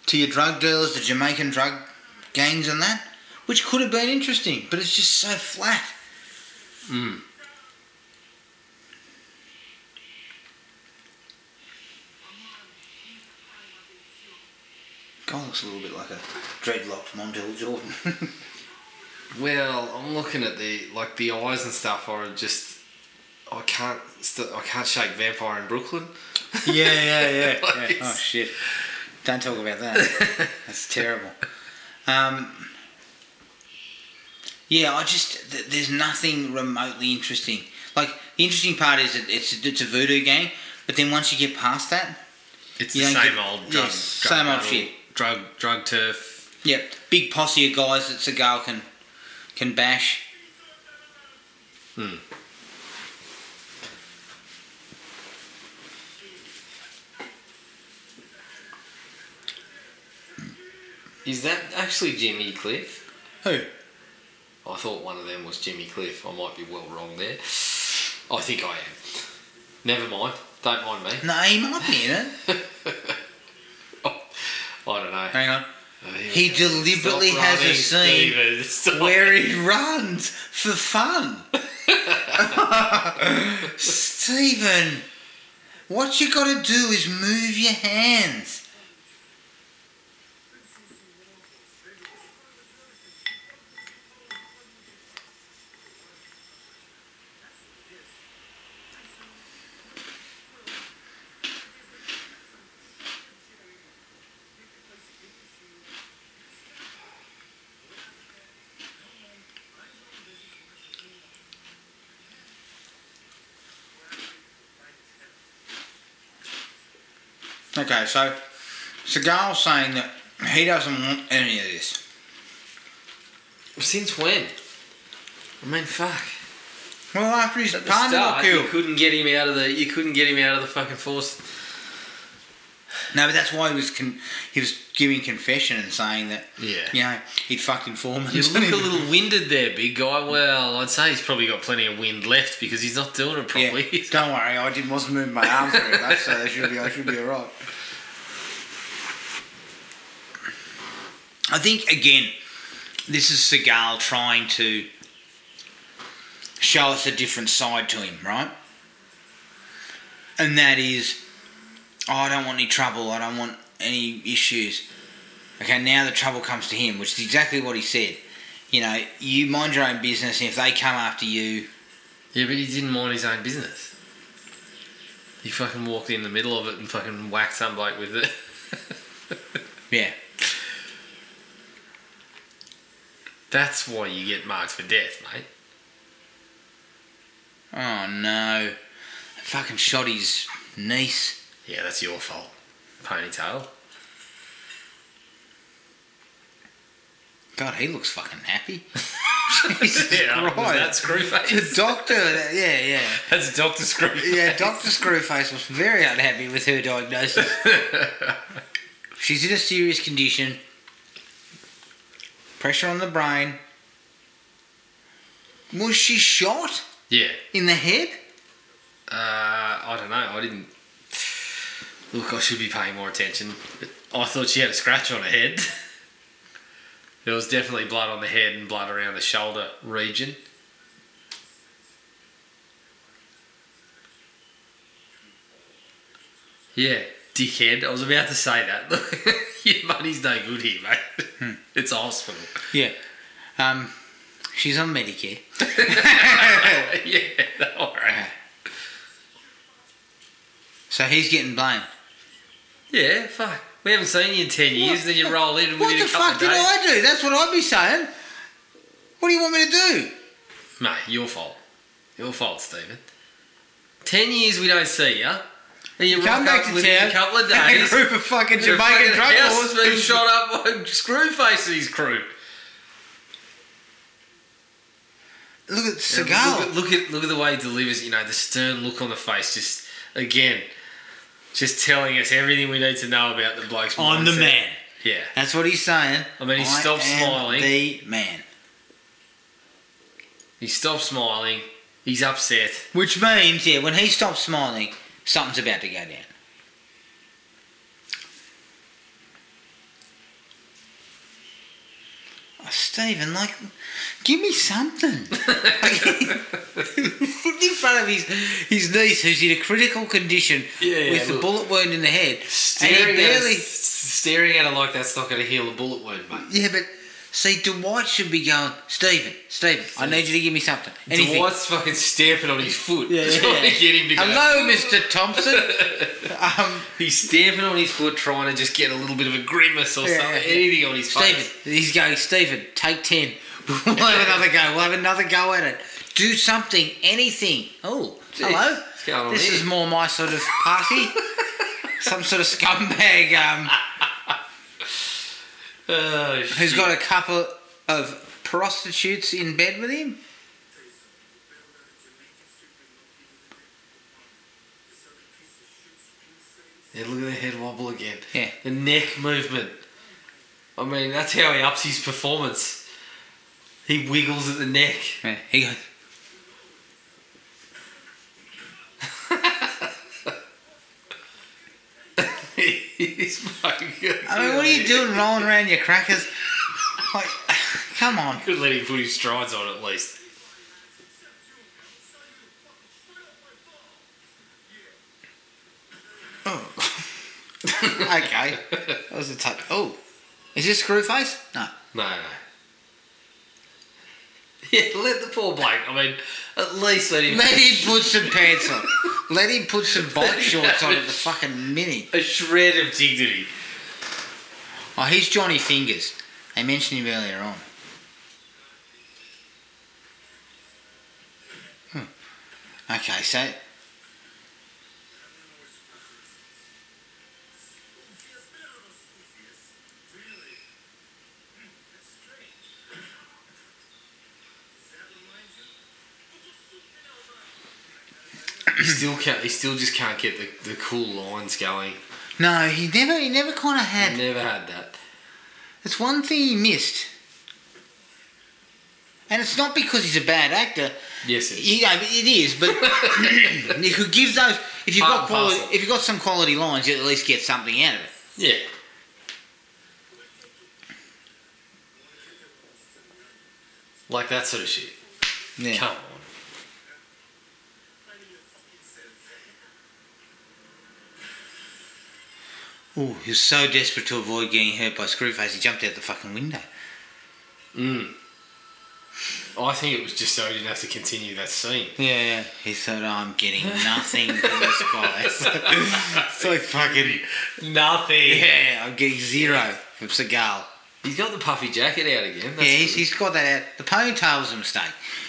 Speaker 5: to your drug dealers, the Jamaican drug gangs, and that, which could have been interesting, but it's just so flat.
Speaker 6: Mm.
Speaker 5: Guy looks a little bit like a dreadlocked Montel Jordan.
Speaker 6: Well, I'm looking at the like the eyes and stuff are just. I can't. St- I can't shake Vampire in Brooklyn.
Speaker 5: yeah, yeah, yeah,
Speaker 6: yeah.
Speaker 5: Oh shit! Don't talk about that. That's terrible. Um, yeah, I just th- there's nothing remotely interesting. Like the interesting part is that it's it's a voodoo game, but then once you get past that,
Speaker 6: It's
Speaker 5: You
Speaker 6: the
Speaker 5: don't
Speaker 6: same
Speaker 5: get-
Speaker 6: old drug,
Speaker 5: yes,
Speaker 6: drug
Speaker 5: same old
Speaker 6: battle,
Speaker 5: shit.
Speaker 6: Drug drug turf.
Speaker 5: Yep, big posse of guys that Seagal can can bash.
Speaker 6: Hmm. Is that actually Jimmy Cliff?
Speaker 5: Who?
Speaker 6: I thought one of them was Jimmy Cliff. I might be well wrong there. I think I am. Never mind. Don't mind me.
Speaker 5: No, he might be in it.
Speaker 6: I don't know.
Speaker 5: Hang on. He
Speaker 6: He
Speaker 5: deliberately has a scene Where he runs for fun. Stephen, what you gotta do is move your hands. Okay, so Seagal's saying that he doesn't want any of this.
Speaker 6: Since when? I mean, fuck.
Speaker 5: Well, after his
Speaker 6: At the
Speaker 5: partner got
Speaker 6: start, you
Speaker 5: killed.
Speaker 6: couldn't get him out of the. You couldn't get him out of the fucking force.
Speaker 5: No, but that's why he was con- he was giving confession and saying that
Speaker 6: Yeah.
Speaker 5: you know he'd fucked informants.
Speaker 6: You look a little winded there, big guy. Well, I'd say he's probably got plenty of wind left because he's not doing it
Speaker 5: Yeah,
Speaker 6: properly.
Speaker 5: don't worry, I didn't wasn't moving my arms very much, so they should be I should be alright. I think again, this is Seagal trying to show us a different side to him, right? And that is, oh, I don't want any trouble. I don't want any issues. Okay, now the trouble comes to him, which is exactly what he said. You know, you mind your own business, and if they come after you,
Speaker 6: Yeah, but he didn't mind his own business. He fucking walked in the middle of it and fucking whacked some bloke with it.
Speaker 5: yeah,
Speaker 6: That's why you get marked for death, mate.
Speaker 5: Oh no. Fucking shot his niece.
Speaker 6: Yeah, that's your fault. Ponytail.
Speaker 5: God, he looks fucking happy. Jesus
Speaker 6: yeah, that's
Speaker 5: Christ. The
Speaker 6: Screwface.
Speaker 5: doctor, yeah, yeah.
Speaker 6: That's Doctor Screwface.
Speaker 5: Yeah, Dr. Screwface was very unhappy with her diagnosis. She's in a serious condition. Pressure on the brain. Was she shot
Speaker 6: yeah.
Speaker 5: in the head?
Speaker 6: Uh, I don't know. I didn't. Look, I should be paying more attention. I thought she had a scratch on her head. there was definitely blood on the head and blood around the shoulder region. Yeah, dickhead. I was about to say that. Your money's no good here, mate. It's a hospital.
Speaker 5: Yeah. Um, she's on Medicare.
Speaker 6: yeah, alright.
Speaker 5: So he's getting blamed.
Speaker 6: Yeah, fuck. We haven't seen you in 10 years, then you roll in and
Speaker 5: What
Speaker 6: within
Speaker 5: the
Speaker 6: a couple
Speaker 5: fuck
Speaker 6: of
Speaker 5: did
Speaker 6: days.
Speaker 5: I do? That's what I'd be saying. What do you want me to do?
Speaker 6: No, your fault. Your fault, Stephen. Ten years we don't see ya. And you,
Speaker 5: Come
Speaker 6: rock
Speaker 5: back
Speaker 6: up
Speaker 5: to
Speaker 6: within
Speaker 5: town.
Speaker 6: a couple of
Speaker 5: and
Speaker 6: days.
Speaker 5: A group of fucking
Speaker 6: your
Speaker 5: Jamaican
Speaker 6: fucking
Speaker 5: drug
Speaker 6: house
Speaker 5: lords
Speaker 6: been shot up by Screwface and his crew.
Speaker 5: Look at
Speaker 6: And
Speaker 5: Seagal.
Speaker 6: Look, at- look at look at the way he delivers. it, You know the stern look on the face. Just again, just telling us everything we need to know about the bloke's
Speaker 5: I'm the
Speaker 6: mindset.
Speaker 5: man.
Speaker 6: Yeah,
Speaker 5: That's what he's saying.
Speaker 6: I mean, he stopped
Speaker 5: am
Speaker 6: smiling.
Speaker 5: The man.
Speaker 6: he stops smiling. He's upset.
Speaker 5: Which means, yeah, when he stops smiling, something's about to go down. Oh, Stephen, like, give me something. Put in front of his, his niece, who's in a critical condition
Speaker 6: Yeah, yeah,
Speaker 5: with the
Speaker 6: look.
Speaker 5: bullet wound in the head. and he
Speaker 6: Staring at,
Speaker 5: barely.
Speaker 6: it, staring at it like that's not going to heal a bullet wound, mate.
Speaker 5: Yeah, but see, Dwight should be going, Stephen, Stephen, I need you to give me something. Anything.
Speaker 6: Dwight's fucking stamping on his foot.
Speaker 5: Yeah, yeah,
Speaker 6: trying
Speaker 5: yeah.
Speaker 6: to get him to go.
Speaker 5: Hello, Mr. Thompson. um,
Speaker 6: He's stamping on his foot, trying to just get a little bit of a grimace or
Speaker 5: Yeah,
Speaker 6: something.
Speaker 5: yeah.
Speaker 6: Anything on his
Speaker 5: Stephen,
Speaker 6: face.
Speaker 5: he's going, Stephen, take 10. We'll have another go. We'll have another go at it. Do something, anything. Oh, hello.
Speaker 6: what's going on
Speaker 5: this
Speaker 6: here?
Speaker 5: is more my sort of party. Some sort of scumbag um,
Speaker 6: Oh, shit.
Speaker 5: who's got a couple of prostitutes in bed with him.
Speaker 6: Yeah, look at the head wobble again.
Speaker 5: Yeah.
Speaker 6: The neck movement. I mean, that's how he ups his performance. He wiggles at the neck.
Speaker 5: Yeah, he goes.
Speaker 6: He's fucking good.
Speaker 5: I mean, what are you doing rolling around your crackers? Like, come on.
Speaker 6: Could let him put his strides on at least.
Speaker 5: Okay. That was a touch. Oh, is this Screwface? No.
Speaker 6: No, no. Yeah, let the poor bloke. I mean, at least let him.
Speaker 5: Let him put some pants on. Let him put some bike shorts on at the fucking minute.
Speaker 6: a shred of dignity.
Speaker 5: Oh, he's Johnny Fingers. They mentioned him earlier on. Hmm. Okay, so.
Speaker 6: he still can't. He still just can't get the, the cool lines going.
Speaker 5: No, he never he never kind of
Speaker 6: He
Speaker 5: had.
Speaker 6: never had that.
Speaker 5: It's one thing he missed. And it's not because he's a bad actor.
Speaker 6: Yes, it is.
Speaker 5: You know, it is, but you could give those if you've
Speaker 6: Part
Speaker 5: got
Speaker 6: and
Speaker 5: quality,
Speaker 6: parcel.
Speaker 5: if you've got some quality lines, you at least get something out of it.
Speaker 6: yeah. Like that sort of shit.
Speaker 5: Yeah.
Speaker 6: Come on.
Speaker 5: Ooh, he was so desperate to avoid getting hurt by Screwface, he jumped out the fucking window.
Speaker 6: Mm. I think it was just so he didn't have to continue that scene.
Speaker 5: Yeah, yeah. He thought, "Oh, I'm getting nothing from this guy. so fucking.
Speaker 6: Nothing.
Speaker 5: Yeah, I'm getting zero from Seagal.
Speaker 6: He's got the puffy jacket out again.
Speaker 5: Yeah, he's, he's got that out. The ponytail was a mistake.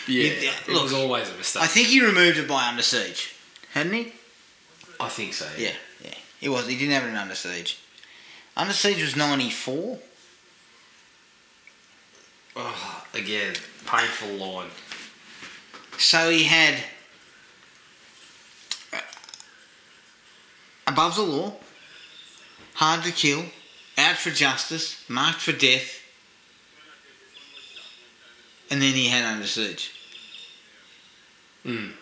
Speaker 6: yeah.
Speaker 5: he-
Speaker 6: it
Speaker 5: look,
Speaker 6: was always a mistake.
Speaker 5: I
Speaker 6: I,
Speaker 5: think he removed it by Under Siege, hadn't he?
Speaker 6: think so.
Speaker 5: Yeah, yeah. He was. He didn't have it in Under Siege. Under Siege was 94.
Speaker 6: Oh, again, painful line.
Speaker 5: So he had uh, Above the Law, Hard to Kill, Out for Justice, Marked for Death, and then he had Under Siege. Hmm.
Speaker 6: Mm.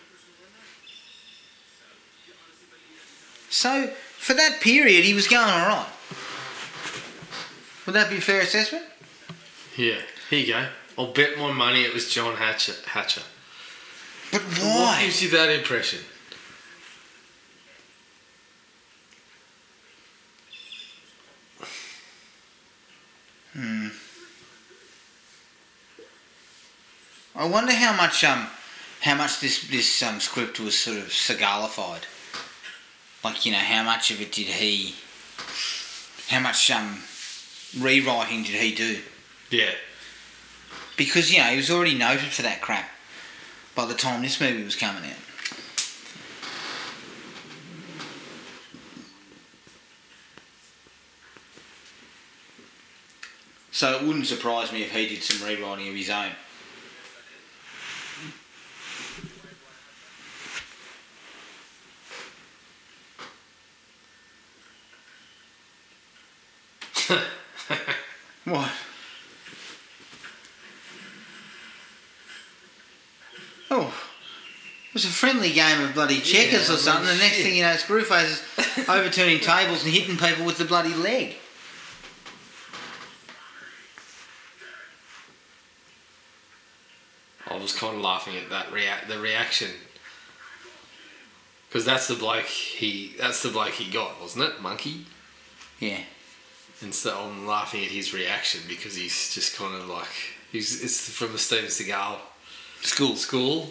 Speaker 5: So for that period, he was going alright. Would that be a fair assessment?
Speaker 6: Yeah. Here you go. I'll bet my money it was John Hatcher. Hatcher.
Speaker 5: But
Speaker 6: What
Speaker 5: why?
Speaker 6: gives you that impression?
Speaker 5: I wonder how much um how much this this um, script was sort of Segalified. Like you know, how much of it did he? How much um rewriting did he do?
Speaker 6: Yeah.
Speaker 5: Because you know he was already noted for that crap by the time this movie was coming out. So it wouldn't surprise me if he did some rewriting of his own. What? Oh, it was a friendly game of bloody checkers
Speaker 6: Yeah,
Speaker 5: or something. The
Speaker 6: well,
Speaker 5: next
Speaker 6: shit.
Speaker 5: thing you know, Screwface is overturning tables and hitting people with the bloody leg.
Speaker 6: I was kind of laughing at that react the reaction because that's the bloke he that's the bloke he got wasn't it monkey
Speaker 5: Yeah.
Speaker 6: and so I'm laughing at his reaction because he's just kind of like he's it's from the Steven Seagal
Speaker 5: School.
Speaker 6: school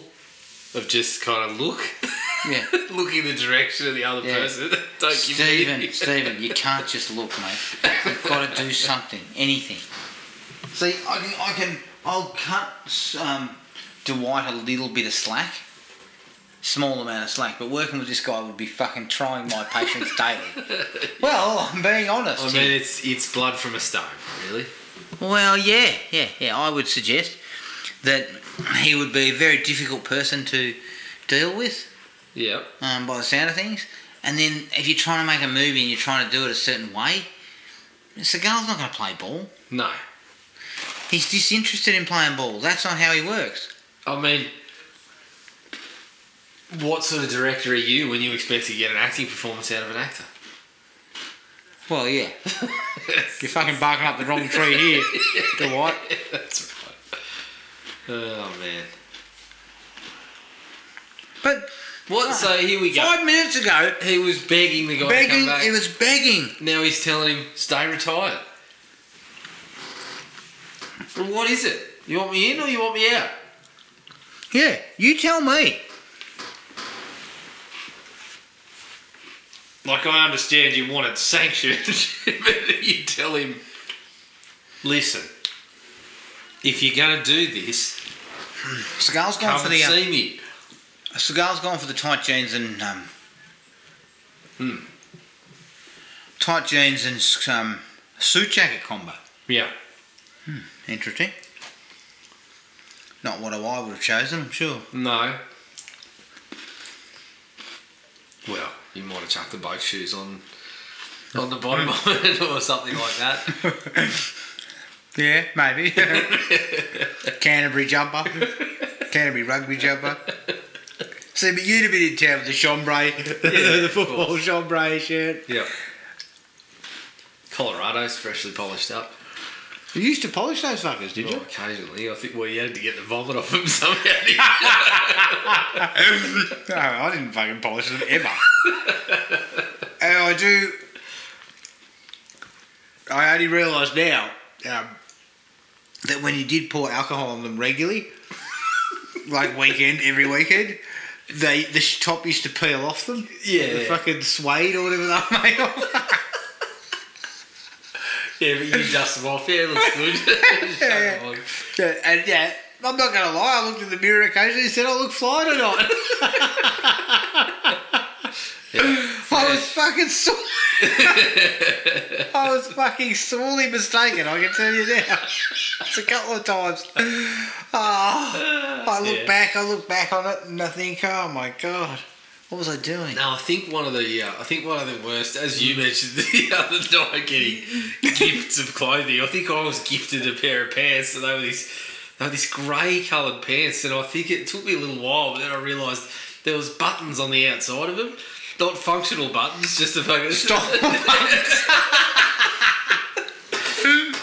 Speaker 6: of just kind of look
Speaker 5: Yeah.
Speaker 6: looking the direction of the other
Speaker 5: Yeah.
Speaker 6: person don't give me
Speaker 5: Stephen, Stephen, you can't just look, mate. You've got to do something, anything. See, I can, I can, I'll cut um, Dwight a little bit of slack, small amount of slack, but working with this guy would be fucking trying my patience daily. Well, I'm being honest.
Speaker 6: I
Speaker 5: here.
Speaker 6: mean it's it's blood from a stone really
Speaker 5: Well, yeah, yeah, yeah. I would suggest that he would be a very difficult person to deal with,
Speaker 6: yeah
Speaker 5: um, by the sound of things. And then if you're trying to make a movie and you're trying to do it a certain way, Seagal's not going to play ball.
Speaker 6: no
Speaker 5: He's disinterested in playing ball. That's not how he works.
Speaker 6: I mean, what sort of director are you when you expect to get an acting performance out of an actor?
Speaker 5: Well, yeah. You're fucking barking up the wrong tree here, Dwight.
Speaker 6: That's right. Oh man.
Speaker 5: But
Speaker 6: What? So here we go.
Speaker 5: five minutes ago,
Speaker 6: He was begging the guy to come
Speaker 5: begging,
Speaker 6: back.
Speaker 5: he was begging.
Speaker 6: now he's telling him stay retired. Well, what is it? You want me in or you want me out?
Speaker 5: Yeah, you tell me.
Speaker 6: Like I understand you wanted sanctioned, but you tell him, listen. If you're going to do this,
Speaker 5: Seagal's gone
Speaker 6: come
Speaker 5: for
Speaker 6: and
Speaker 5: the uh,
Speaker 6: see me.
Speaker 5: Seagal's gone for the tight jeans and um,
Speaker 6: Hmm.
Speaker 5: tight jeans and s- um, suit jacket combo.
Speaker 6: Yeah.
Speaker 5: Interesting. Not what I would have chosen, I'm sure.
Speaker 6: No. You might have chucked the boat shoes on on the bottom of it or something like that.
Speaker 5: Yeah, maybe. Canterbury jumper. Canterbury rugby jumper. See, but you'd have been in town with the chambray, the football chambray shirt.
Speaker 6: Yep. Colorado's freshly polished up.
Speaker 5: You used to polish those fuckers, did
Speaker 6: Well,
Speaker 5: you?
Speaker 6: Oh, occasionally, I think well, you had to get the vomit off them somehow.
Speaker 5: No, I didn't fucking polish them ever. and I do. I only realise now um, that when you did pour alcohol on them regularly, like weekend, every weekend, they the sh- top used to peel off them.
Speaker 6: Yeah.
Speaker 5: The fucking suede or whatever they're made of.
Speaker 6: yeah, but you dust them off. Yeah, it looks good. Shut
Speaker 5: Yeah.
Speaker 6: up.
Speaker 5: Yeah, and yeah, I'm not going to lie, I looked in the mirror occasionally and said, I look fly tonight. I was fucking sore. I was fucking sorely mistaken, I can tell you now. It's a couple of times. Oh, I look
Speaker 6: Yeah.
Speaker 5: back, I look back on it and I think, oh my god, what was I doing?
Speaker 6: Now I think one of the uh, I think one of the worst, as you mentioned the other night, getting gifts of clothing. I think I was gifted a pair of pants, and they were these they were these grey coloured pants, and I think it took me a little while, but then I realised there was buttons on the outside of them, not functional buttons, just a fucking
Speaker 5: Style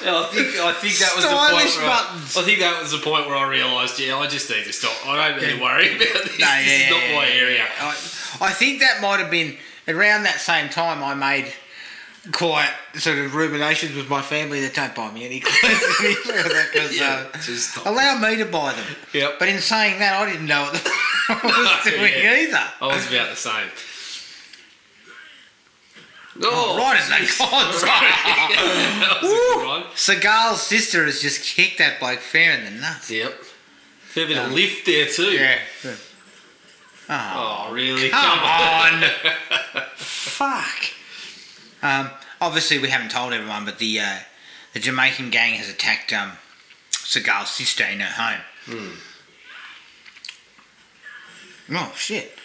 Speaker 6: Yeah, I think I think that was
Speaker 5: Stylish
Speaker 6: the point. Where
Speaker 5: buttons.
Speaker 6: I, I think that was the point where I realised, yeah, I just need to stop. I don't really worry about this.
Speaker 5: No, yeah,
Speaker 6: this is not
Speaker 5: yeah,
Speaker 6: my
Speaker 5: yeah,
Speaker 6: area.
Speaker 5: yeah. I, I think that might have been around that same time I made quiet sort of ruminations with my family that don't buy me any clothes anymore because
Speaker 6: Yeah,
Speaker 5: uh,
Speaker 6: just stop.
Speaker 5: allow me to buy them.
Speaker 6: Yep.
Speaker 5: But in saying that, I didn't know what the fuck I was
Speaker 6: No,
Speaker 5: doing
Speaker 6: yeah.
Speaker 5: either.
Speaker 6: I was about the same.
Speaker 5: Oh, right as that concept.
Speaker 6: That was a good one.
Speaker 5: Seagal's sister has just kicked that bloke fair in the nuts.
Speaker 6: Yep. Fair bit of lift there too.
Speaker 5: Yeah.
Speaker 6: Oh, really?
Speaker 5: Come on. Fuck. Um, obviously, we haven't told everyone, but the uh, the Jamaican gang has attacked um, Seagal's sister in her home. Oh shit!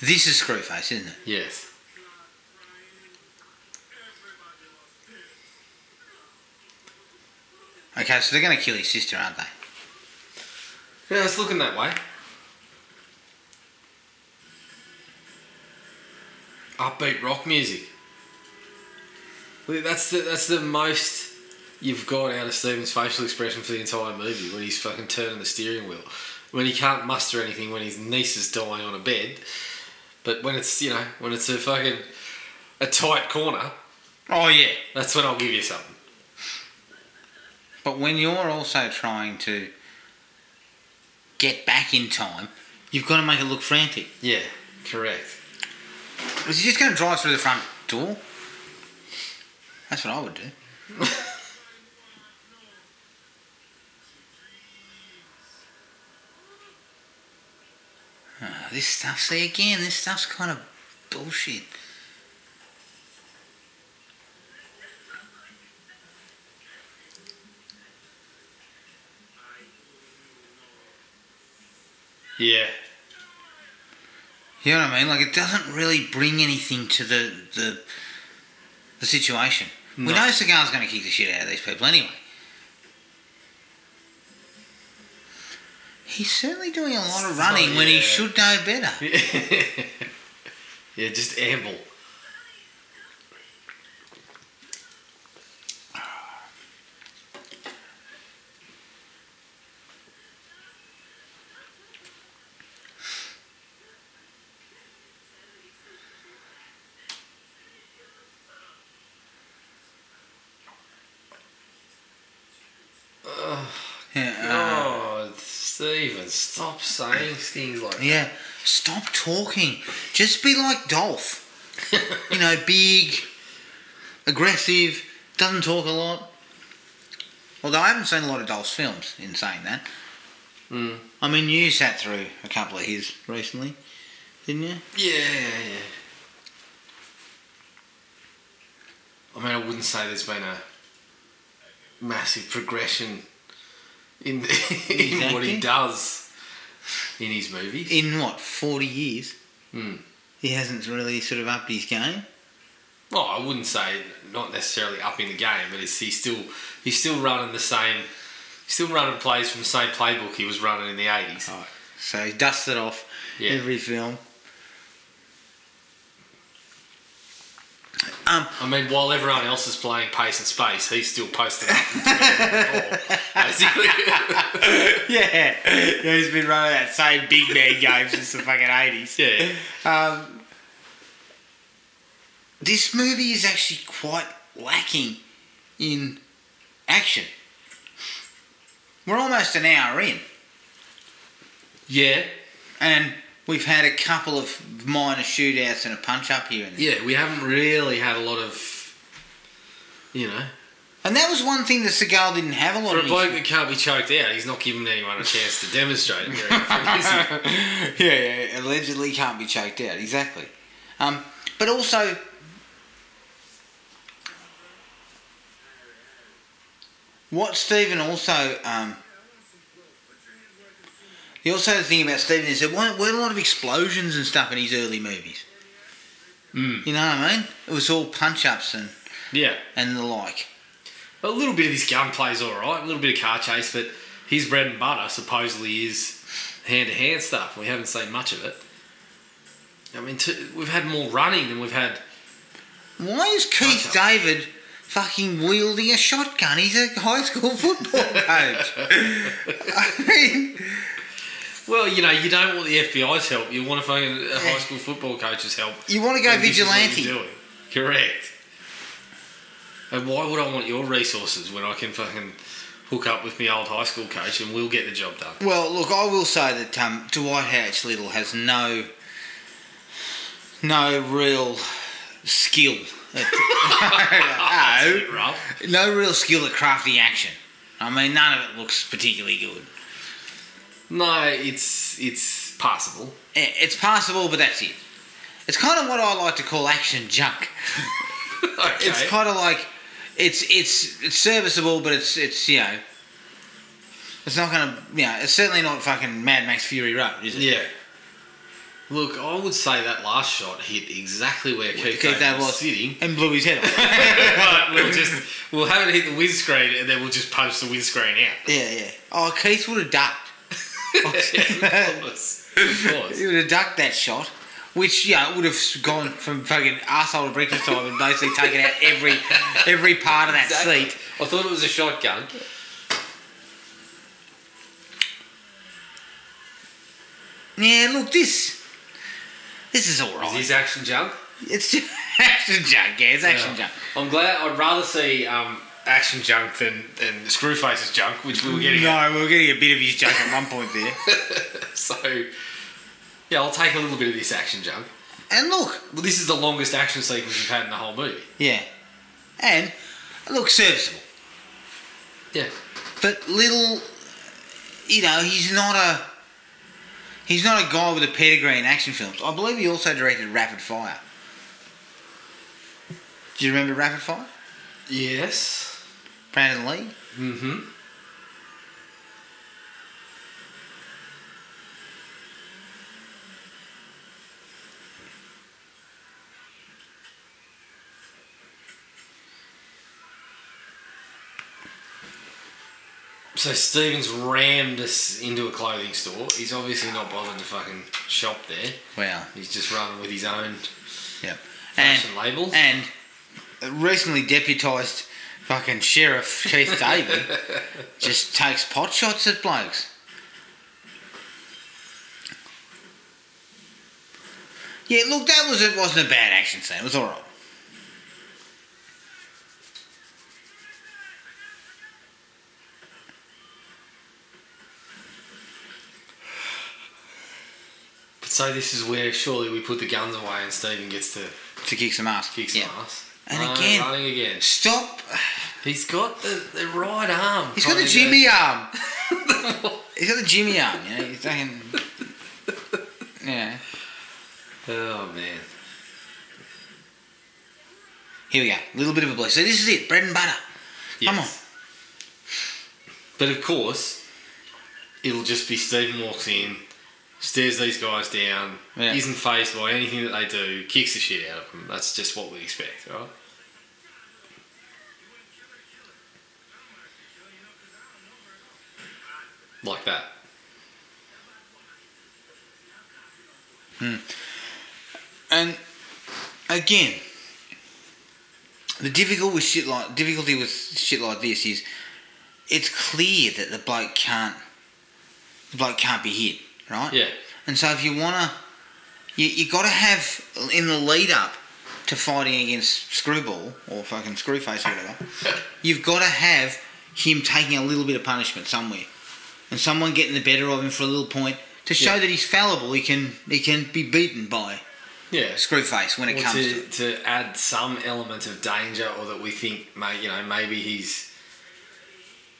Speaker 5: This is Screwface, isn't it?
Speaker 6: Yes.
Speaker 5: Okay, so they're going to kill his sister, aren't they?
Speaker 6: Yeah, it's looking that way. Upbeat rock music. Well, That's the that's the most you've got out of Steven's facial expression for the entire movie when he's fucking turning the steering wheel. When he can't muster anything when his niece is dying on a bed. But when it's you know, when it's a fucking a tight corner,
Speaker 5: Oh yeah.
Speaker 6: that's when I'll give you something.
Speaker 5: But when you're also trying to get back in time, you've got to make it look frantic.
Speaker 6: Yeah, correct.
Speaker 5: Was he just going to drive through the front door? That's what I would do. Ah, this stuff, see again, this stuff's kind of bullshit.
Speaker 6: Yeah.
Speaker 5: You know what I mean? Like it doesn't really bring anything to the the, the situation. We
Speaker 6: No.
Speaker 5: know Cigar's going to kick the shit out of these people anyway. He's certainly doing a lot of running when he
Speaker 6: yeah.
Speaker 5: should know better.
Speaker 6: yeah, just amble.
Speaker 5: Yeah. uh,
Speaker 6: Oh, Steven, stop saying things like that.
Speaker 5: uh, yeah. Stop talking. Just be like Dolph. you know, big, aggressive, doesn't talk a lot. Although I haven't seen a lot of Dolph's films in saying that.
Speaker 6: Mm.
Speaker 5: I mean, you sat through a couple of his recently, didn't you?
Speaker 6: Yeah, yeah, yeah. I mean, I wouldn't say there's been a massive progression in, in what he
Speaker 5: acting?
Speaker 6: does. in his movies.
Speaker 5: In what, 40 years?
Speaker 6: Hmm.
Speaker 5: He hasn't really sort of upped his game.
Speaker 6: Well, I wouldn't say not necessarily upping the game, but he's, he's still he's still running the same, he's still running plays from the same playbook he was running in the eighties.
Speaker 5: So he's dusted off
Speaker 6: Yeah.
Speaker 5: every film. Um,
Speaker 6: I mean, while everyone else is playing pace and space, he's still posting up and turning the ball, basically.
Speaker 5: yeah. yeah, he's been running that same big man game since the fucking 80s.
Speaker 6: yeah,
Speaker 5: Um, this movie is actually quite lacking in action. We're almost an hour in,
Speaker 6: yeah,
Speaker 5: and we've had a couple of minor shootouts and a punch up here and there.
Speaker 6: yeah. We haven't really had a lot of, you know,
Speaker 5: And that was one thing that Seagal didn't have a lot
Speaker 6: for a
Speaker 5: of.
Speaker 6: bloke that can't be choked out, he's not giving anyone a chance to demonstrate it. Very often, is he?
Speaker 5: yeah, yeah, allegedly can't be choked out, exactly. Um, but also, what Stephen also. Um, the also the thing about Stephen is there weren't, weren't a lot of explosions and stuff in his early movies.
Speaker 6: Mm.
Speaker 5: You know what I mean? It was all punch ups and,
Speaker 6: Yeah.
Speaker 5: and the like.
Speaker 6: A little bit of his gunplay's all right, a little bit of car chase, but his bread and butter supposedly is hand to hand stuff. We haven't seen much of it. I mean, t- we've had more running than we've had.
Speaker 5: Why is Keith
Speaker 6: Punch-up.
Speaker 5: David fucking wielding a shotgun? He's a high school football coach. I mean,
Speaker 6: Well, you know, you don't want the FBI's help. You want a fucking a high school football coach's help.
Speaker 5: you want to go
Speaker 6: And this is what
Speaker 5: vigilante.
Speaker 6: you're doing. Correct. And why would I want your resources when I can fucking hook up with my old high school coach and we'll get the job done?
Speaker 5: Well, look, I will say that um, Dwight H. Little has no, no real skill. at- no,
Speaker 6: Bit rough.
Speaker 5: no real skill at crafting action. I mean, none of it looks particularly good.
Speaker 6: No, it's it's passable.
Speaker 5: Eh, It's passable, but that's it. It's kind of what I like to call action junk.
Speaker 6: Okay.
Speaker 5: It's kind of like it's it's it's serviceable, but it's it's you know it's not gonna you know it's certainly not fucking Mad Max Fury Road, is it?
Speaker 6: Yeah. Look, I would say that last shot hit exactly where Keith,
Speaker 5: Keith
Speaker 6: David
Speaker 5: David
Speaker 6: was
Speaker 5: was-
Speaker 6: sitting.
Speaker 5: And blew his head off.
Speaker 6: but we'll just we'll have it hit the windscreen and then we'll just punch the windscreen out.
Speaker 5: yeah, yeah. Oh, Keith would have ducked.
Speaker 6: of course. Of course.
Speaker 5: He would have ducked that shot, which you know would have gone from fucking arsehole to breakfast time and basically taken out every every part of that
Speaker 6: Exactly.
Speaker 5: seat.
Speaker 6: I thought it was a shotgun.
Speaker 5: Yeah, look this. This is alright.
Speaker 6: Is this action junk?
Speaker 5: It's just action junk, yeah, it's action
Speaker 6: Yeah.
Speaker 5: junk.
Speaker 6: I'm glad I'd rather see um, action junk than, than Screwface's junk, which we were getting at.
Speaker 5: No, we were getting a bit of his junk at one point there.
Speaker 6: So yeah, I'll take a little bit of this action junk.
Speaker 5: And look,
Speaker 6: Well, this is the longest action sequence we've had in the whole movie.
Speaker 5: Yeah. And look serviceable.
Speaker 6: Yeah.
Speaker 5: But little you know, he's not a he's not a guy with a pedigree in action films. I believe he also directed Rapid Fire. Do you remember Rapid Fire?
Speaker 6: Yes.
Speaker 5: Brandon Lee?
Speaker 6: Mm-hmm. So Stevens rammed us into a clothing store. He's obviously not bothered to fucking shop there.
Speaker 5: Wow.
Speaker 6: He's just running with his own
Speaker 5: Yep. And
Speaker 6: fashion label.
Speaker 5: and recently deputised fucking Sheriff Keith David just takes pot shots at blokes. Yeah, look, that was it. Wasn't a bad action scene. It was all right.
Speaker 6: But so this is where surely we put the guns away and Steven gets to
Speaker 5: To kick some ass.
Speaker 6: kick some
Speaker 5: Yeah.
Speaker 6: ass.
Speaker 5: And
Speaker 6: Oh,
Speaker 5: again-
Speaker 6: running again.
Speaker 5: Stop.
Speaker 6: He's got the, the right arm.
Speaker 5: He's got the
Speaker 6: probably
Speaker 5: Jimmy arm. He's got the Jimmy arm. You know, he's fucking. Yeah.
Speaker 6: the- Oh man.
Speaker 5: Here we go. A little bit of a blue. So this is it. Bread and butter. Come on.
Speaker 6: Yes. But of course, it'll just be Steven walks in, stares these guys down,
Speaker 5: Yeah.
Speaker 6: isn't phased by anything that they do, kicks the shit out of them. That's just what we expect, right? Like that.
Speaker 5: And again, the difficult with shit like difficulty with shit like this is it's clear that the bloke can't the bloke can't be hit, right?
Speaker 6: Yeah.
Speaker 5: And so if you wanna you you gotta have in the lead up to fighting against Screwball or fucking Screwface or whatever, you've gotta have him taking a little bit of punishment somewhere. And someone getting the better of him for a little point to show
Speaker 6: Yeah.
Speaker 5: that he's fallible, he can he can be beaten by
Speaker 6: Yeah.
Speaker 5: Screwface when it
Speaker 6: Or
Speaker 5: comes to,
Speaker 6: to, to add some element of danger or that we think may you know maybe he's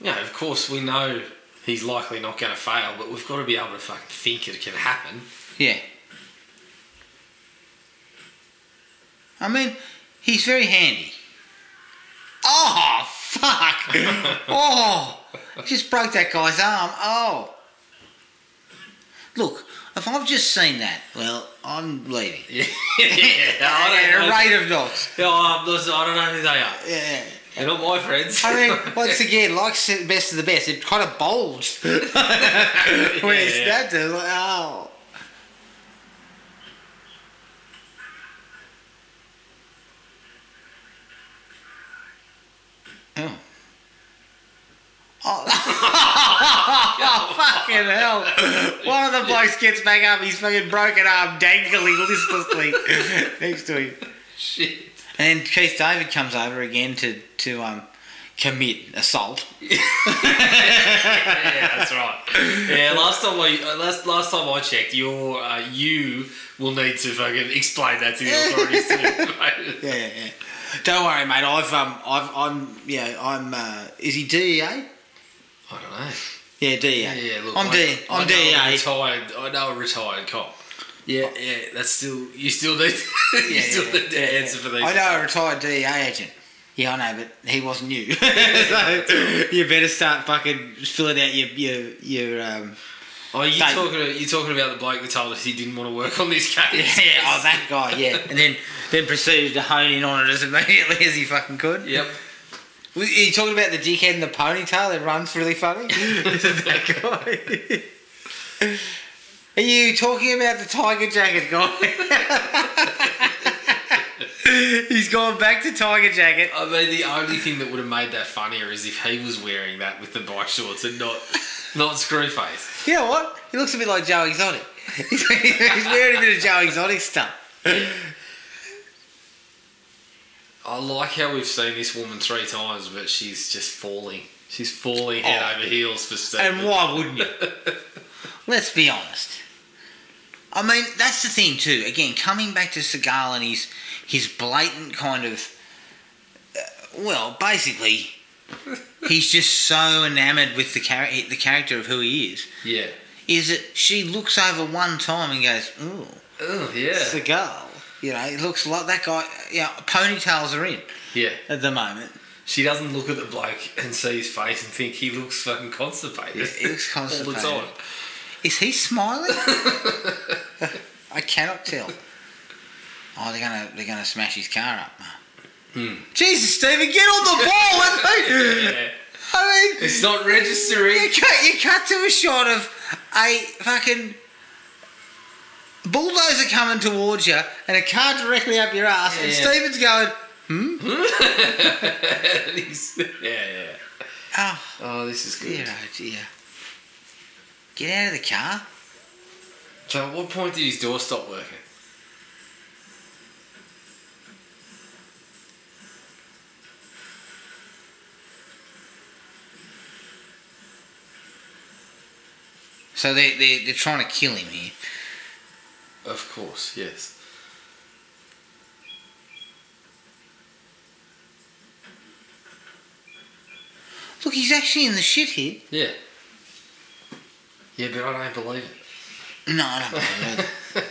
Speaker 6: you know of course we know he's likely not going to fail but we've got to be able to fucking think it can happen
Speaker 5: yeah. I mean, he's very handy. Oh fuck! oh, just broke that guy's arm. Oh, look. If I've just seen that, well, I'm leaving.
Speaker 6: yeah I
Speaker 5: At
Speaker 6: don't
Speaker 5: a
Speaker 6: know
Speaker 5: rate of knots.
Speaker 6: Yeah, I'm- listen, I don't know who they are
Speaker 5: Yeah.
Speaker 6: they're not my friends
Speaker 5: I mean, once again, like s- best of the best, it kind of bulged when it
Speaker 6: Yeah.
Speaker 5: snapped. It was like, oh. Oh. Oh. oh, fucking hell. One of the blokes gets back up, he's fucking broken arm dangling listlessly next to him.
Speaker 6: shit
Speaker 5: And then Keith David comes over again to to um, commit assault.
Speaker 6: yeah, that's right. Yeah, last time I uh, last last time I checked, your uh, you will need to fucking explain that to the authorities too.
Speaker 5: Yeah, yeah, yeah. Don't worry, mate. I've um, I've I'm yeah, I'm. Uh, is he DEA?
Speaker 6: I don't know.
Speaker 5: Yeah, DEA.
Speaker 6: Yeah, yeah, look,
Speaker 5: I'm
Speaker 6: I-
Speaker 5: DEA.
Speaker 6: I
Speaker 5: I'm eh?
Speaker 6: know a
Speaker 5: DEA.
Speaker 6: Retired. I know a retired cop. Yeah, yeah. That's still you still need you
Speaker 5: Yeah,
Speaker 6: still
Speaker 5: yeah,
Speaker 6: need
Speaker 5: yeah,
Speaker 6: to answer
Speaker 5: yeah.
Speaker 6: for these.
Speaker 5: I know a retired DEA agent. Yeah, I know, but he wasn't you. so you better start fucking filling out your your your. Um,
Speaker 6: Oh, you
Speaker 5: Thank-
Speaker 6: talking you talking about the bloke that told us he didn't want to work on this
Speaker 5: yeah,
Speaker 6: case?
Speaker 5: oh that guy, yeah, and then then proceeded to hone in on it as immediately as he fucking could.
Speaker 6: Yep.
Speaker 5: Are you talking about the dickhead in the ponytail that runs really funny? This is that guy. Are you talking about the tiger jacket guy? He's gone back to tiger jacket.
Speaker 6: I mean, the only thing that would have made that funnier is if he was wearing that with the bike shorts and not not Screwface.
Speaker 5: You know what? He looks a bit like Joe Exotic. He's wearing a bit of Joe Exotic stuff.
Speaker 6: I like how we've seen this woman three times, but she's just falling. She's falling head
Speaker 5: Oh.
Speaker 6: over heels for Steve.
Speaker 5: And why wouldn't you? Let's be honest. I mean, that's the thing too. Again, coming back to Seagal and his his blatant kind of, uh, well, basically, he's just so enamoured with the char- the character of who he is.
Speaker 6: Yeah.
Speaker 5: Is that she looks over one time and goes, "Ooh,
Speaker 6: Oh yeah.
Speaker 5: Seagal." You know, it looks like that guy. Yeah, ponytails are in
Speaker 6: Yeah.
Speaker 5: at the moment.
Speaker 6: She doesn't look at the bloke and see his face and think he looks fucking constipated.
Speaker 5: Yeah, he looks constipated.
Speaker 6: All the time.
Speaker 5: Is he smiling? I cannot tell. Oh, they're gonna they're gonna smash his car up.
Speaker 6: Hmm.
Speaker 5: Jesus, Stephen, get on Oh, the ball! I mean-
Speaker 6: Yeah.
Speaker 5: I mean,
Speaker 6: It's not
Speaker 5: you
Speaker 6: registering.
Speaker 5: cut you cut to a shot of a fucking bulldozer coming towards you and a car directly up your ass, and
Speaker 6: Yeah.
Speaker 5: Stephen's going,
Speaker 6: He's- yeah, yeah.
Speaker 5: "Oh,
Speaker 6: Oh, this is good.
Speaker 5: dear, oh dear, get out of the car."
Speaker 6: So, at what point did his door stop working?
Speaker 5: So they they they're trying to kill him here.
Speaker 6: Of course, yes.
Speaker 5: Look, he's actually in the shit here.
Speaker 6: Yeah. Yeah, but I don't believe it.
Speaker 5: No, I don't believe it. either.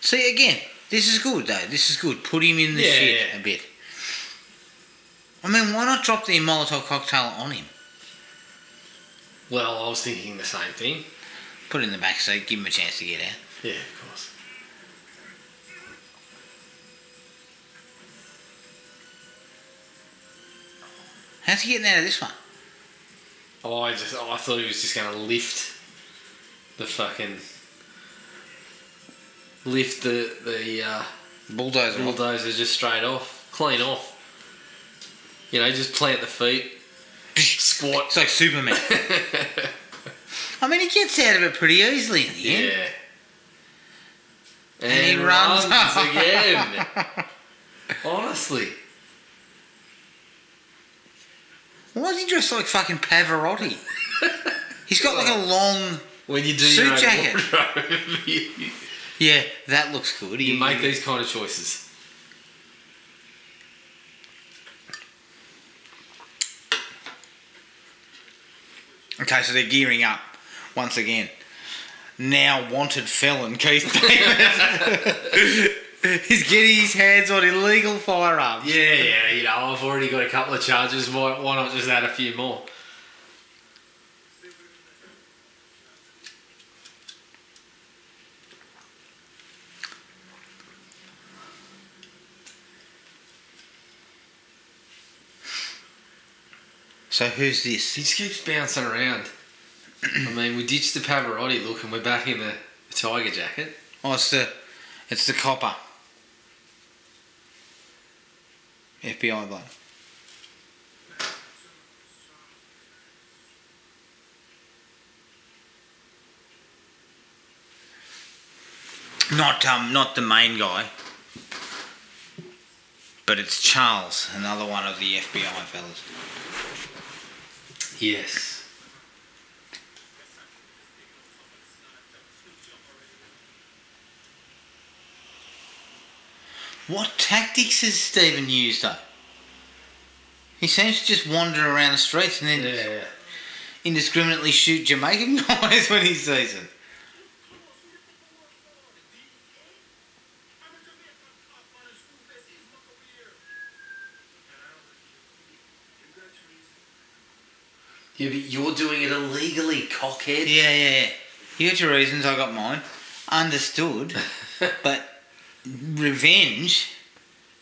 Speaker 5: See again, this is good though. This is good. Put him in the
Speaker 6: Yeah,
Speaker 5: shit
Speaker 6: yeah.
Speaker 5: a bit. I mean, why not drop the Molotov cocktail on him?
Speaker 6: Well, I was thinking the same thing.
Speaker 5: Put it in the back seat, give him a chance to get out.
Speaker 6: Yeah, of course.
Speaker 5: How's he getting out of this one?
Speaker 6: Oh, I just oh, I thought he was just gonna lift the fucking lift the the uh,
Speaker 5: Bulldozer.
Speaker 6: bulldozer just straight off, clean off. You know, just plant the feet, squat.
Speaker 5: It's like Superman. I mean, he gets out of it pretty easily in the end.
Speaker 6: Yeah. And,
Speaker 5: he
Speaker 6: he
Speaker 5: runs
Speaker 6: runs,
Speaker 5: off.
Speaker 6: again. Honestly.
Speaker 5: Why is he dressed like fucking Pavarotti? He's got like a long.
Speaker 6: When you do
Speaker 5: Suit
Speaker 6: your own
Speaker 5: jacket.
Speaker 6: wardrobe, you,
Speaker 5: Yeah, that looks good.
Speaker 6: you make these kind of choices.
Speaker 5: Okay, so they're gearing up once again. Now wanted felon Keith Davis. He's getting his hands on illegal firearms.
Speaker 6: Yeah, yeah, you know, I've already got a couple of charges. Why, why not just add a few more?
Speaker 5: So who's this?
Speaker 6: He just keeps bouncing around. I mean, we ditched the Pavarotti look and we're back in the tiger jacket.
Speaker 5: Oh, it's the, it's the copper. FBI bloke. Not um, not the main guy, but it's Charles, another one of the FBI fellas.
Speaker 6: Yes.
Speaker 5: What tactics has Stephen used though? He seems to just wander around the streets and then
Speaker 6: Yeah.
Speaker 5: indiscriminately shoot Jamaican guys when he sees them.
Speaker 6: Yeah, but you're doing it illegally, cockhead.
Speaker 5: Yeah, yeah, yeah. You got your reasons, I got mine. Understood. but revenge.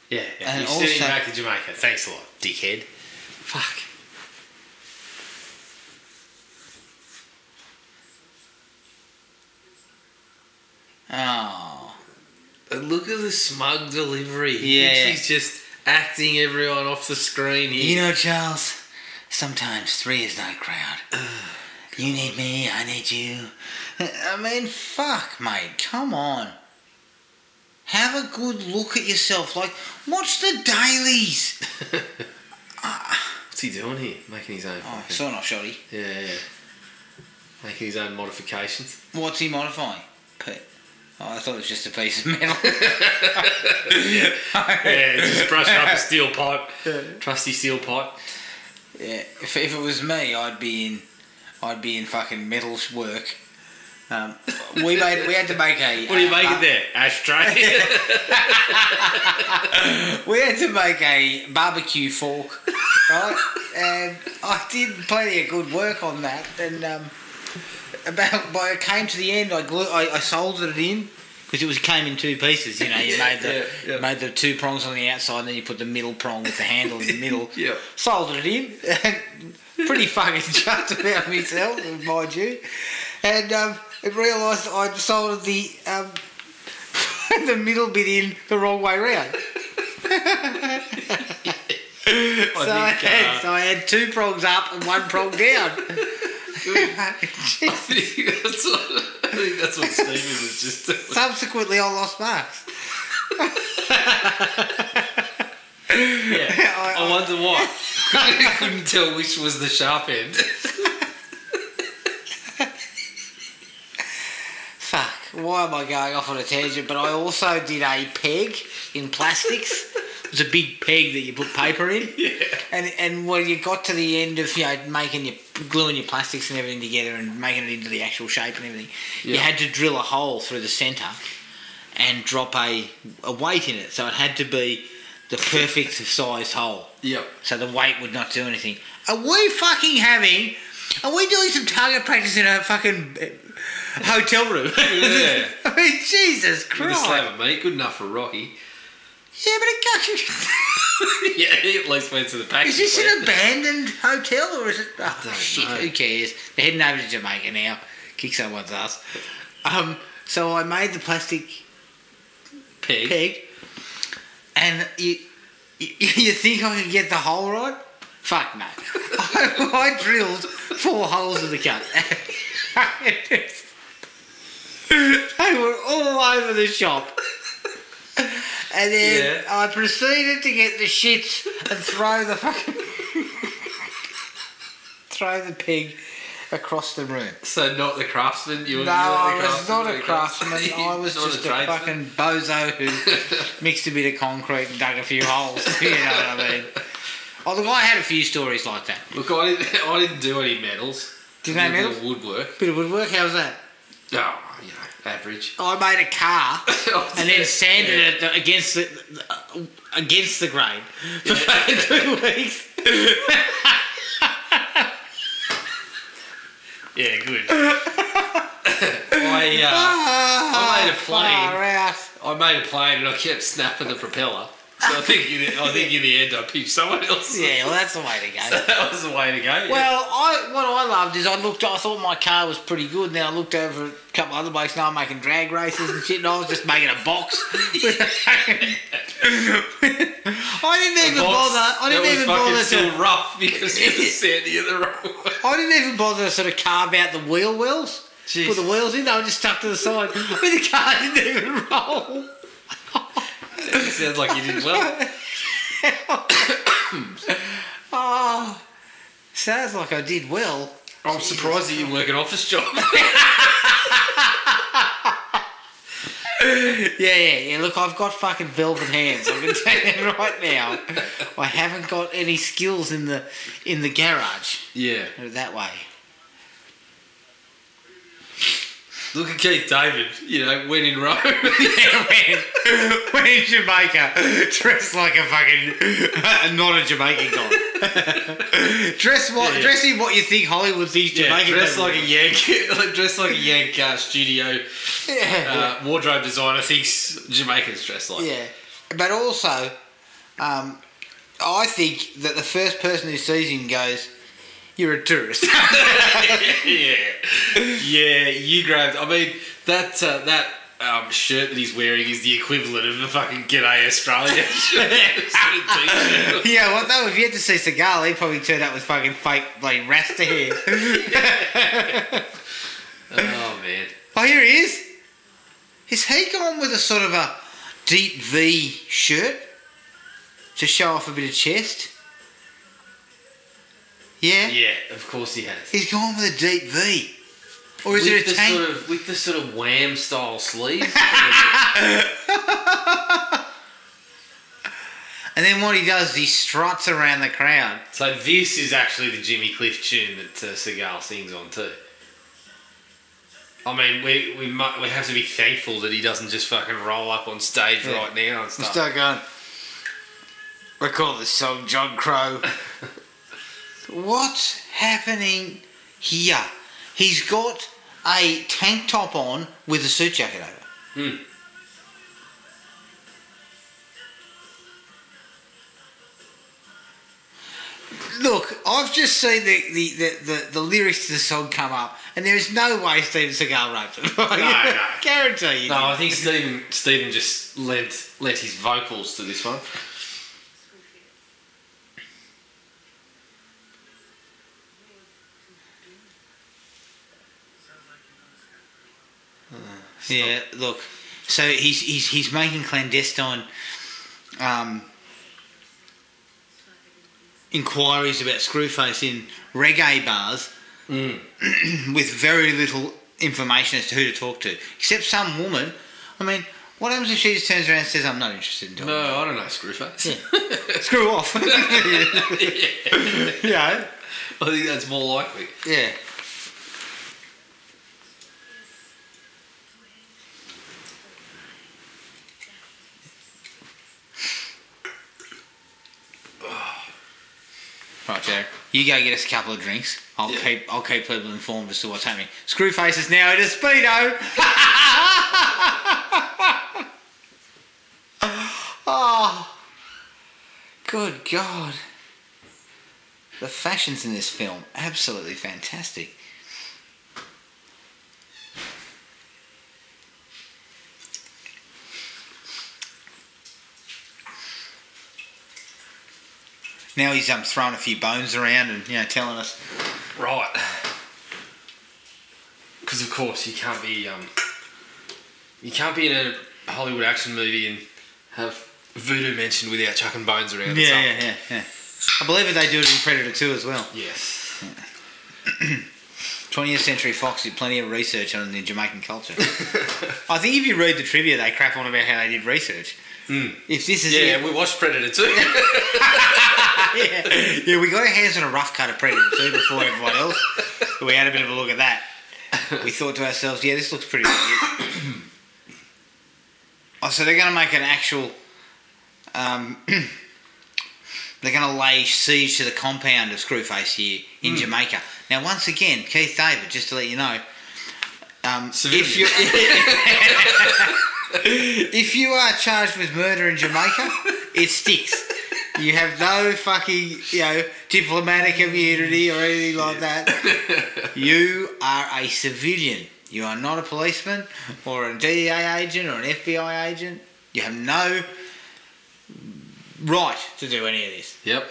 Speaker 6: Yeah,
Speaker 5: And
Speaker 6: you're sending
Speaker 5: also-
Speaker 6: back to Jamaica. Thanks a lot, dickhead. Fuck.
Speaker 5: Oh.
Speaker 6: And Uh, look at the smug delivery.
Speaker 5: Yeah.
Speaker 6: He's just acting everyone off the screen here.
Speaker 5: You know, Charles, sometimes three is no crowd. you need me, I need you. I mean, fuck, mate, come on. Have a good look at yourself. Like, watch the dailies.
Speaker 6: What's he doing here? Making his own.
Speaker 5: Oh,
Speaker 6: fucking-
Speaker 5: sorry, off, shoddy.
Speaker 6: yeah, yeah. Making his own modifications.
Speaker 5: What's he modifying? Put. Oh, I thought it was just a piece of metal.
Speaker 6: yeah, just brushing up a steel pipe. Trusty steel pipe.
Speaker 5: Yeah, if, if it was me, I'd be in, I'd be in fucking metals work. Um, we made we had to make a.
Speaker 6: What are you
Speaker 5: uh,
Speaker 6: making there? Ashtray.
Speaker 5: We had to make a barbecue fork, right? and I did plenty of good work on that. And um, about by it came to the end, I glue, I, I soldered it in because it was came in two pieces. You know, you made the
Speaker 6: Yeah, yeah.
Speaker 5: made the two prongs on the outside, and then you put the middle prong with the handle in the middle.
Speaker 6: Yeah.
Speaker 5: Soldered it in, and pretty fucking chuffed about myself, mind you. And um, and realised I'd soldered the um, the middle bit in the wrong way round.
Speaker 6: I
Speaker 5: So I,
Speaker 6: think,
Speaker 5: had,
Speaker 6: uh,
Speaker 5: so I had two prongs up and one prong down.
Speaker 6: I think that's what, I think that's what Stephen was just doing.
Speaker 5: Subsequently, I lost marks.
Speaker 6: Yeah.
Speaker 5: I-
Speaker 6: I, wonder why. I couldn't tell which was the sharp end.
Speaker 5: Fuck, why am I going off on a tangent? But I also did a peg in plastics. It was a big peg that you put paper in. Yeah. And, and when you got to the end of you know making your gluing your plastics and everything together and making it into the actual shape and everything, you
Speaker 6: Yeah.
Speaker 5: had to drill a hole through the centre and drop a, a weight in it. So it had to be the perfect sized hole.
Speaker 6: Yep.
Speaker 5: So the weight would not do anything. Are we fucking having? Are we doing some target practice in a fucking eh, hotel room?
Speaker 6: Yeah.
Speaker 5: I mean, Jesus
Speaker 6: With a
Speaker 5: Christ.
Speaker 6: slab of meat, good enough for Rocky.
Speaker 5: yeah, but it goes.
Speaker 6: yeah, he at least went to the package.
Speaker 5: Is this
Speaker 6: plant.
Speaker 5: an abandoned hotel or is it? Oh,
Speaker 6: don't
Speaker 5: shit,
Speaker 6: know.
Speaker 5: who cares? They're heading over to Jamaica now. Kick someone's ass. Um, so I made the plastic
Speaker 6: pig?
Speaker 5: peg, and you, you, you think I could get the hole right? Fuck no. I, I drilled four holes in the cup. they were all over the shop. And then
Speaker 6: Yeah.
Speaker 5: I proceeded to get the shits and throw the fucking throw the pig across the room.
Speaker 6: So not the craftsman. You were- you were
Speaker 5: No,
Speaker 6: not
Speaker 5: I
Speaker 6: the
Speaker 5: was
Speaker 6: craftsman,
Speaker 5: not a
Speaker 6: the
Speaker 5: craftsman. I was
Speaker 6: Not
Speaker 5: just a, fucking
Speaker 6: tradesman?
Speaker 5: bozo who mixed a bit of concrete and dug a few holes. You know what I mean? Oh, look, I had a few stories like that.
Speaker 6: Look, I didn't, I didn't do any medals.
Speaker 5: Didn't have
Speaker 6: I did a
Speaker 5: medals?
Speaker 6: bit of Woodwork.
Speaker 5: Bit of woodwork, how was that?
Speaker 6: Oh, you know, average.
Speaker 5: I made a car
Speaker 6: Oh,
Speaker 5: and
Speaker 6: yeah.
Speaker 5: then sanded it against the against the grain for two weeks.
Speaker 6: Yeah, good. uh, I,
Speaker 5: I
Speaker 6: made a plane.
Speaker 5: Far out.
Speaker 6: uh, I made a plane and I kept snapping the propeller. So I think in, I think in the end I pinched someone else.
Speaker 5: Yeah, well, that's the way to go.
Speaker 6: that was the way to go. yeah.
Speaker 5: Well, I what I loved is I looked. I thought my car was pretty good. Then I looked over at a couple other blokes. Now I'm making drag races and shit, and I was just making a box. I didn't even
Speaker 6: Box,
Speaker 5: bother. I
Speaker 6: that
Speaker 5: didn't
Speaker 6: was
Speaker 5: even
Speaker 6: fucking
Speaker 5: bother
Speaker 6: still
Speaker 5: to.
Speaker 6: rough because you were standing in the wrong way.
Speaker 5: I didn't even bother to sort of carve out the wheel wells.
Speaker 6: Jeez.
Speaker 5: Put the wheels in. They were just stuck to the side. I mean, the car didn't even roll.
Speaker 6: It sounds like you did well.
Speaker 5: Oh, sounds like I did well.
Speaker 6: I'm surprised that you work an office job.
Speaker 5: Yeah, yeah, yeah. Look, I've got fucking velvet hands. I can tell you right now. I haven't got any skills in the in the garage.
Speaker 6: yeah.
Speaker 5: Put it that way.
Speaker 6: Look at Keith David. You know, when in Rome.
Speaker 5: when, when in Jamaica, dress like a fucking not a Jamaican god. dress what?
Speaker 6: Yeah.
Speaker 5: Dress in what you think Hollywood thinks
Speaker 6: yeah,
Speaker 5: Jamaican.
Speaker 6: dressed
Speaker 5: people
Speaker 6: like a
Speaker 5: do.
Speaker 6: Yank, like, dressed like a Yank uh, studio
Speaker 5: yeah,
Speaker 6: uh, wardrobe designer thinks Jamaicans dress like.
Speaker 5: yeah. But also, um, I think that the first person who sees him goes, "You're a tourist."
Speaker 6: yeah, yeah. You grabbed. I mean, that uh, that um, shirt that he's wearing is the equivalent of a fucking G'day Australia shirt. Sort of t-shirt.
Speaker 5: Yeah, well, though, if you had to see Seagal, he probably turned up with fucking fake, like, rasta hair.
Speaker 6: oh man.
Speaker 5: oh, here he is. Is he gone with a sort of a deep V shirt to show off a bit of chest? Yeah?
Speaker 6: Yeah, of course he has.
Speaker 5: He's gone with a deep V. Or is
Speaker 6: with
Speaker 5: it a
Speaker 6: the
Speaker 5: tank?
Speaker 6: sort of with the sort of wham style sleeves?
Speaker 5: And then what he does is he struts around the crowd.
Speaker 6: so this is actually the Jimmy Cliff tune that uh, Seagal sings on too. I mean, we we mu we have to be thankful that he doesn't just fucking roll up on stage
Speaker 5: Yeah.
Speaker 6: right now and
Speaker 5: and
Speaker 6: stuff.
Speaker 5: start going, we call this song John Crow. What's happening here? He's got a tank top on with a suit jacket over.
Speaker 6: Hmm.
Speaker 5: Look, I've just seen the, the, the, the, the lyrics to the song come up, and there is no way Steven Seagal wrote them.
Speaker 6: no.
Speaker 5: Guarantee you.
Speaker 6: No, I think Stephen Stephen just lent lent his vocals to this one.
Speaker 5: Yeah, look. So he's he's he's making clandestine um, inquiries about Screwface in reggae bars with very little information as to who to talk to, except some woman. I mean, what happens if she just turns around and says, "I'm not interested in talking"?
Speaker 6: No, I don't know, Screwface.
Speaker 5: Screw off. yeah.
Speaker 6: I think that's more likely.
Speaker 5: Yeah. Right, Jack. You go get us a couple of drinks. I'll
Speaker 6: Yeah.
Speaker 5: keep I'll keep people informed as to what's happening. Screwface is now in a speedo. oh, good God! The fashions in this film absolutely fantastic. Now he's um, throwing a few bones around and you know telling us
Speaker 6: Right. Because of course you can't be um, you can't be in a Hollywood action movie and have voodoo mentioned without chucking bones around. and
Speaker 5: Yeah,
Speaker 6: stuff.
Speaker 5: yeah, yeah, yeah. um, I believe that they do it in Predator 2 as well.
Speaker 6: Yes.
Speaker 5: 20th Century Fox did plenty of research on the Jamaican culture. I think if you read the trivia, they crap on about how they did research. If this is
Speaker 6: Yeah,
Speaker 5: it,
Speaker 6: we watched Predator too.
Speaker 5: yeah. yeah, we got our hands on a rough cut of Predator 2 before everyone else. We had a bit of a look at that. We thought to ourselves, yeah, this looks pretty legit. oh, so they're going to make an actual. Um, they're going to lay siege to the compound of Screwface here in Jamaica. Now, once again, Keith David, just to let you know, um,
Speaker 6: Civilian.
Speaker 5: if you if you are charged with murder in Jamaica, it sticks. You have no fucking you know diplomatic immunity or anything like that. You are a civilian. You are not a policeman or a DEA agent or an FBI agent. You have no right to do any of this.
Speaker 6: yep.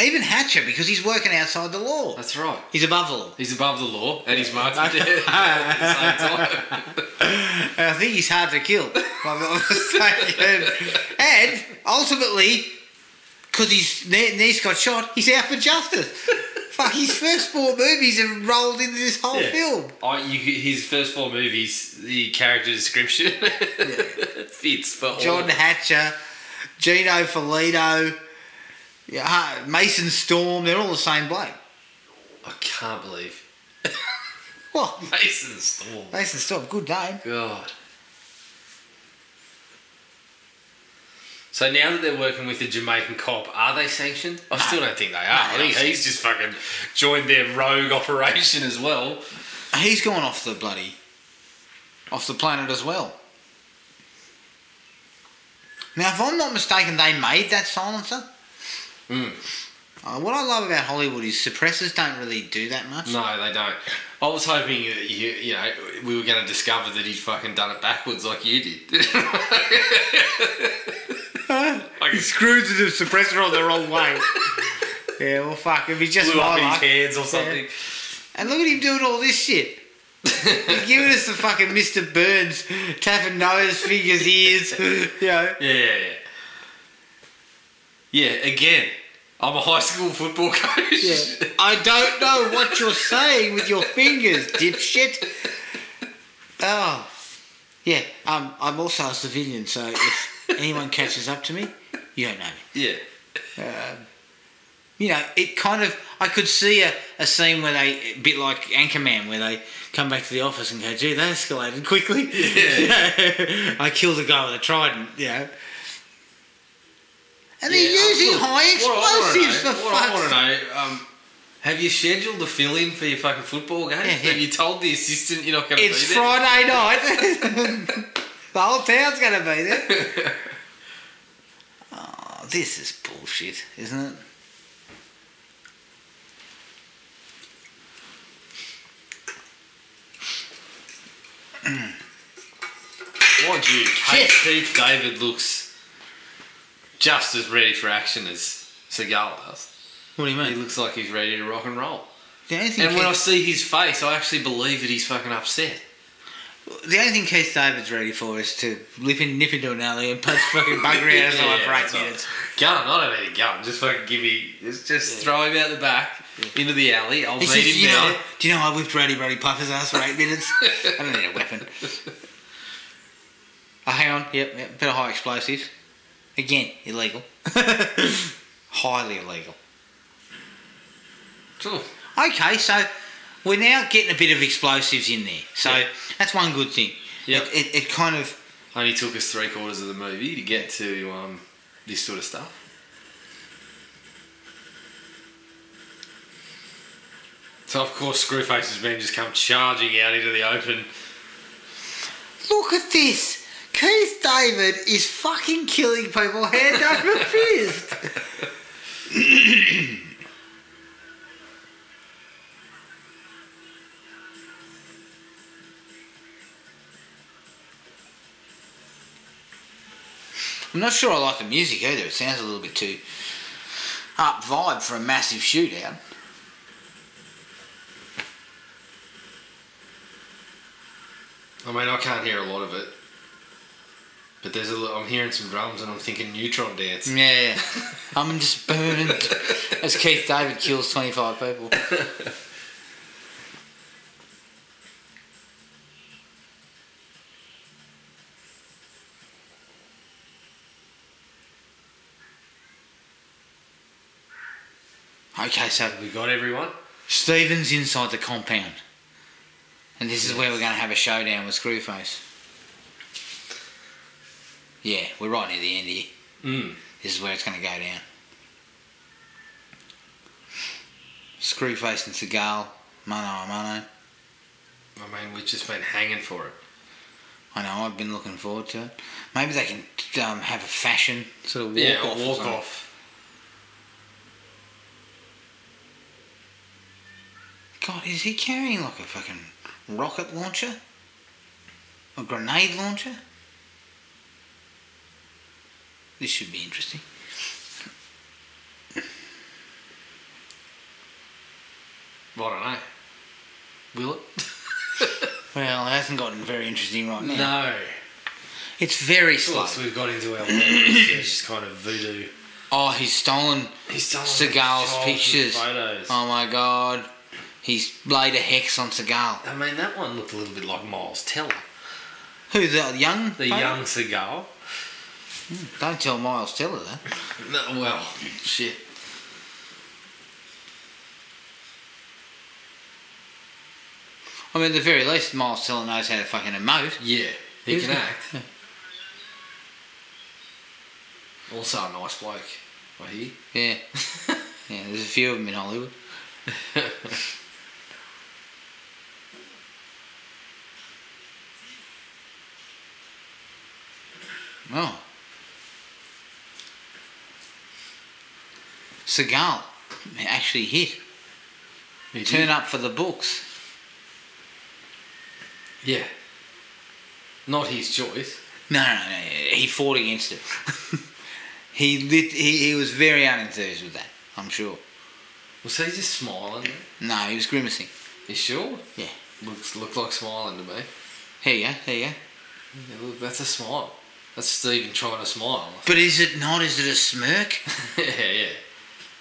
Speaker 5: Even Hatcher, because he's working outside the law.
Speaker 6: That's right.
Speaker 5: He's above the law.
Speaker 6: He's above the law and he's marked for death at the same time.
Speaker 5: And I think he's hard to kill. if I'm not mistaken. and ultimately, because his kne- niece got shot, he's out for justice. Fuck, his first four movies have rolled into this whole
Speaker 6: Yeah.
Speaker 5: film.
Speaker 6: Oh, you, his first four movies, the character description fits for
Speaker 5: John
Speaker 6: all.
Speaker 5: Hatcher, Gino Felino, yeah, Ha- Mason Storm, they're all the same bloke.
Speaker 6: I can't believe
Speaker 5: What?
Speaker 6: Mason Storm.
Speaker 5: Mason Storm, good name.
Speaker 6: God. So now that they're working with the Jamaican cop, are they sanctioned? I still don't think they are. I think he's just fucking joined their rogue operation as well.
Speaker 5: He's gone off the bloody, off the planet as well. Now, if I'm not mistaken, they made that silencer.
Speaker 6: Mm.
Speaker 5: Uh, what I love about Hollywood is suppressors don't really do that much.
Speaker 6: No, they don't. I was hoping that you, you know we were going to discover that he'd fucking done it backwards like you did.
Speaker 5: He screwed the suppressor on the wrong way. yeah, well, fuck, it'd be just
Speaker 6: Blew up
Speaker 5: my
Speaker 6: in his
Speaker 5: luck.
Speaker 6: hands or something.
Speaker 5: And look at him doing all this shit. He's giving us the fucking Mr. Burns tapping nose, fingers, ears, you know.
Speaker 6: Yeah, yeah, yeah. Yeah, again, I'm a high school football coach.
Speaker 5: Yeah. I don't know what you're saying with your fingers, dipshit. Oh, yeah. Um, I'm also a civilian, so if anyone catches up to me, you don't know me. Um,
Speaker 6: yeah.
Speaker 5: You know, it kind of. I could see a, a scene where they, a bit like Anchorman, where they come back to the office and go, gee, that escalated quickly. I killed a guy with a trident, you know. And they're
Speaker 6: Yeah, um,
Speaker 5: using
Speaker 6: look,
Speaker 5: high
Speaker 6: what I wanna
Speaker 5: explosives
Speaker 6: know-
Speaker 5: for
Speaker 6: What I
Speaker 5: fuck's
Speaker 6: want to know, um, have you scheduled the fill in for your fucking football game?
Speaker 5: Yeah, yeah.
Speaker 6: Have you told the assistant you're not going to
Speaker 5: It's
Speaker 6: be there?
Speaker 5: Friday night. the whole town's going to be there. oh, this is bullshit, isn't it?
Speaker 6: Mind you,
Speaker 5: Shit.
Speaker 6: Keith David looks just as ready for action as Seagal does.
Speaker 5: What do you
Speaker 6: He looks like he's ready to rock and roll.
Speaker 5: The only thing,
Speaker 6: And when I
Speaker 5: Keith,
Speaker 6: see his face, I actually believe that he's fucking upset.
Speaker 5: the only thing Keith David's ready for is to lip in, nip into an alley and punch fucking bugger out his eye
Speaker 6: Yeah,
Speaker 5: for
Speaker 6: that's
Speaker 5: eight
Speaker 6: all.
Speaker 5: minutes.
Speaker 6: Gun, I don't need a gun. Just fucking give me. Just, just throw him out the back into the alley. I'll
Speaker 5: He
Speaker 6: meet
Speaker 5: says,
Speaker 6: him
Speaker 5: you
Speaker 6: there.
Speaker 5: know, do you know I whipped Roddy Roddy Piper's ass for eight minutes? I don't need a weapon. Oh, hang on. Yep, yep. Bit of high explosives. Again, illegal. Highly illegal.
Speaker 6: Cool.
Speaker 5: Okay, so we're now getting a bit of explosives in there. So
Speaker 6: Yeah.
Speaker 5: that's one good thing.
Speaker 6: Yep.
Speaker 5: It, it, it kind of.
Speaker 6: Only took us three quarters of the movie to get to um, this sort of stuff. So of course Screwface has been just come charging out into the open.
Speaker 5: Look at this. Keith David is fucking killing people hand over fist. I'm not sure I like the music either. It sounds a little bit too up vibe for a massive shootout.
Speaker 6: I mean, I can't hear a lot of it, but there's a. Lo- I'm hearing some drums and I'm thinking Neutron Dance.
Speaker 5: Yeah, I'm just burning as Keith David kills 25 people. Okay, so
Speaker 6: We got everyone.
Speaker 5: Stephen's inside the compound. And this is where we're going to have a showdown with Screwface. Yeah, we're right near the end here.
Speaker 6: Mm.
Speaker 5: This is where it's going to go down. Screwface and Seagal, mano a mano.
Speaker 6: I mean, we've just been hanging for it.
Speaker 5: I know, I've been looking forward to it. Maybe they can um, have a fashion sort of walk
Speaker 6: yeah,
Speaker 5: off. or
Speaker 6: walk
Speaker 5: something.
Speaker 6: off.
Speaker 5: God, is he carrying like a fucking rocket launcher? A grenade launcher? This should be interesting.
Speaker 6: Well, I don't know. Will it?
Speaker 5: Well, it hasn't gotten very interesting right now.
Speaker 6: No.
Speaker 5: It's very
Speaker 6: Well,
Speaker 5: slow.
Speaker 6: so we've got into our it's just kind of voodoo.
Speaker 5: Oh, he's stolen
Speaker 6: He's done
Speaker 5: Seagal's pictures.
Speaker 6: Photos.
Speaker 5: Oh my god. He's laid a hex on Seagal.
Speaker 6: I mean, that one looked a little bit like Miles Teller,
Speaker 5: Who, the young?
Speaker 6: the
Speaker 5: fella?
Speaker 6: young Seagal.
Speaker 5: Don't tell Miles Teller that.
Speaker 6: No, well, shit.
Speaker 5: I mean, at the very least, Miles Teller knows how to fucking emote.
Speaker 6: Yeah, he
Speaker 5: Who's
Speaker 6: can
Speaker 5: the-
Speaker 6: act. Also a nice bloke, I hear.
Speaker 5: Yeah. yeah, there's a few of them in Hollywood. oh. Seagal actually hit.
Speaker 6: He
Speaker 5: Turn
Speaker 6: did.
Speaker 5: up for the books.
Speaker 6: Yeah. Not his choice.
Speaker 5: No, no, no, no, he fought against it. he, lit, he he was very unenthused with that, I'm sure.
Speaker 6: Was he just smiling?
Speaker 5: No, he was grimacing.
Speaker 6: You sure?
Speaker 5: Yeah.
Speaker 6: Looks looked like smiling to me.
Speaker 5: Here you go, there you go.
Speaker 6: Yeah, look, that's a smile. That's Stephen trying to smile.
Speaker 5: But is it not? Is it a smirk?
Speaker 6: yeah, yeah.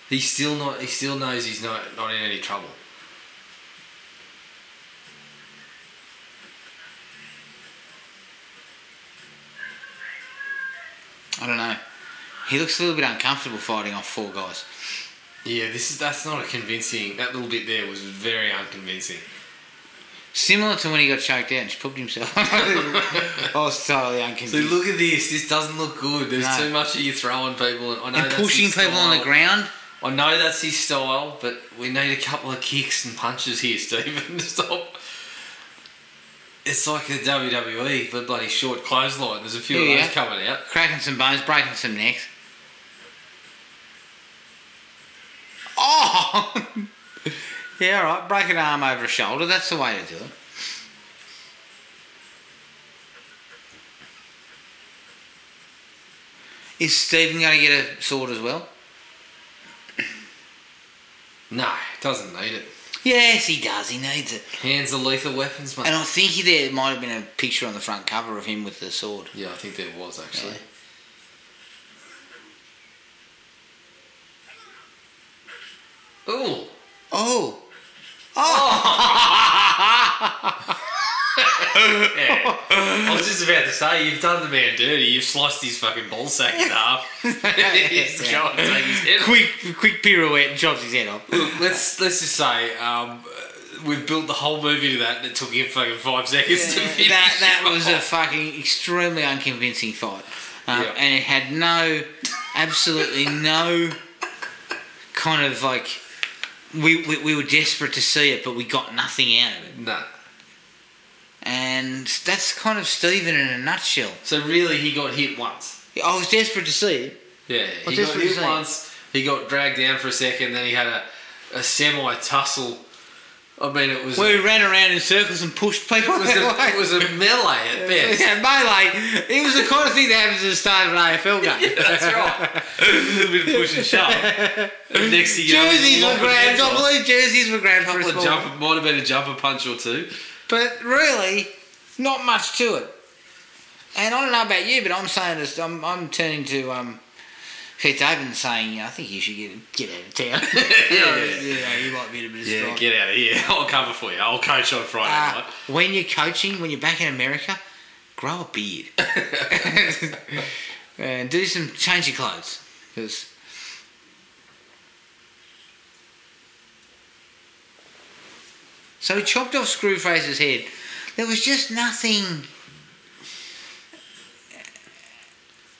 Speaker 6: He's still not. He still knows he's not not in any trouble.
Speaker 5: I don't know. He looks a little bit uncomfortable fighting off four guys.
Speaker 6: Yeah, this is that's not a convincing. That little bit there was very unconvincing.
Speaker 5: Similar to when he got choked out and she pooped himself. I was totally
Speaker 6: So
Speaker 5: unconvinced.
Speaker 6: look at this. This doesn't look good. There's
Speaker 5: No.
Speaker 6: too much of you throwing people, and I know
Speaker 5: and
Speaker 6: that's
Speaker 5: pushing
Speaker 6: his
Speaker 5: people on the
Speaker 6: style.
Speaker 5: ground.
Speaker 6: I know that's his style, but we need a couple of kicks and punches here, Stephen. Stop. It's like the WWE, E, the bloody short clothesline. There's a few
Speaker 5: Yeah,
Speaker 6: of
Speaker 5: yeah.
Speaker 6: those coming out.
Speaker 5: cracking some bones, breaking some necks. Oh! yeah, alright, break an arm over a shoulder, that's the way to do it. Is Stephen going to get a sword as well?
Speaker 6: No, doesn't need it.
Speaker 5: Yes, he does, he needs it.
Speaker 6: Hands are lethal weapons, mate.
Speaker 5: And I think he, there might have been a picture on the front cover of him with the sword.
Speaker 6: Yeah, I think there was actually.
Speaker 5: Yeah.
Speaker 6: Ooh.
Speaker 5: Oh!
Speaker 6: Yeah. I was just about to say, you've done the man dirty. You've sliced his fucking ball sack in half. He's going to take his head off.
Speaker 5: Quick, quick pirouette and chops his head off.
Speaker 6: Look, let's let's just say um, uh, we've built the whole movie to that, and it took him fucking five seconds to finish.
Speaker 5: that that
Speaker 6: it
Speaker 5: was a
Speaker 6: off.
Speaker 5: fucking extremely unconvincing fight, um,
Speaker 6: Yeah.
Speaker 5: and it had no, absolutely no, kind of like we, we we were desperate to see it, but we got nothing out of it.
Speaker 6: No.
Speaker 5: And that's kind of Steven in a nutshell.
Speaker 6: So really, he got hit once.
Speaker 5: I was desperate to see it.
Speaker 6: Yeah,
Speaker 5: Well,
Speaker 6: he
Speaker 5: that's
Speaker 6: got
Speaker 5: what he's
Speaker 6: hit
Speaker 5: saying.
Speaker 6: once. He got dragged down for a second. Then he had a, a semi tussle. I mean, it was
Speaker 5: We ran around in circles and pushed people.
Speaker 6: it was a,
Speaker 5: away.
Speaker 6: it was a melee at best.
Speaker 5: Yeah, melee. It was the kind of thing that happens at the start of an AFL game.
Speaker 6: That's right. a little bit of push and shove. And next thing you know,
Speaker 5: jerseys
Speaker 6: there's a
Speaker 5: were
Speaker 6: lot of
Speaker 5: grabbed. I
Speaker 6: heads off.
Speaker 5: believe jerseys were grabbed for a
Speaker 6: Couple of
Speaker 5: small
Speaker 6: jump, might have been a jumper punch or two.
Speaker 5: But really, not much to it. And I don't know about you, but I'm saying this. I'm, I'm turning to um, Keith David and saying, yeah, I think you should get get out of town. yeah,
Speaker 6: Yeah.
Speaker 5: yeah, you might be a bit of a
Speaker 6: Yeah,
Speaker 5: strike.
Speaker 6: get out of here. I'll cover for you. I'll coach on Friday
Speaker 5: Uh,
Speaker 6: night.
Speaker 5: when you're coaching, when you're back in America, grow a beard and Uh, do some change your clothes because so he chopped off Screwface's head. There was just nothing.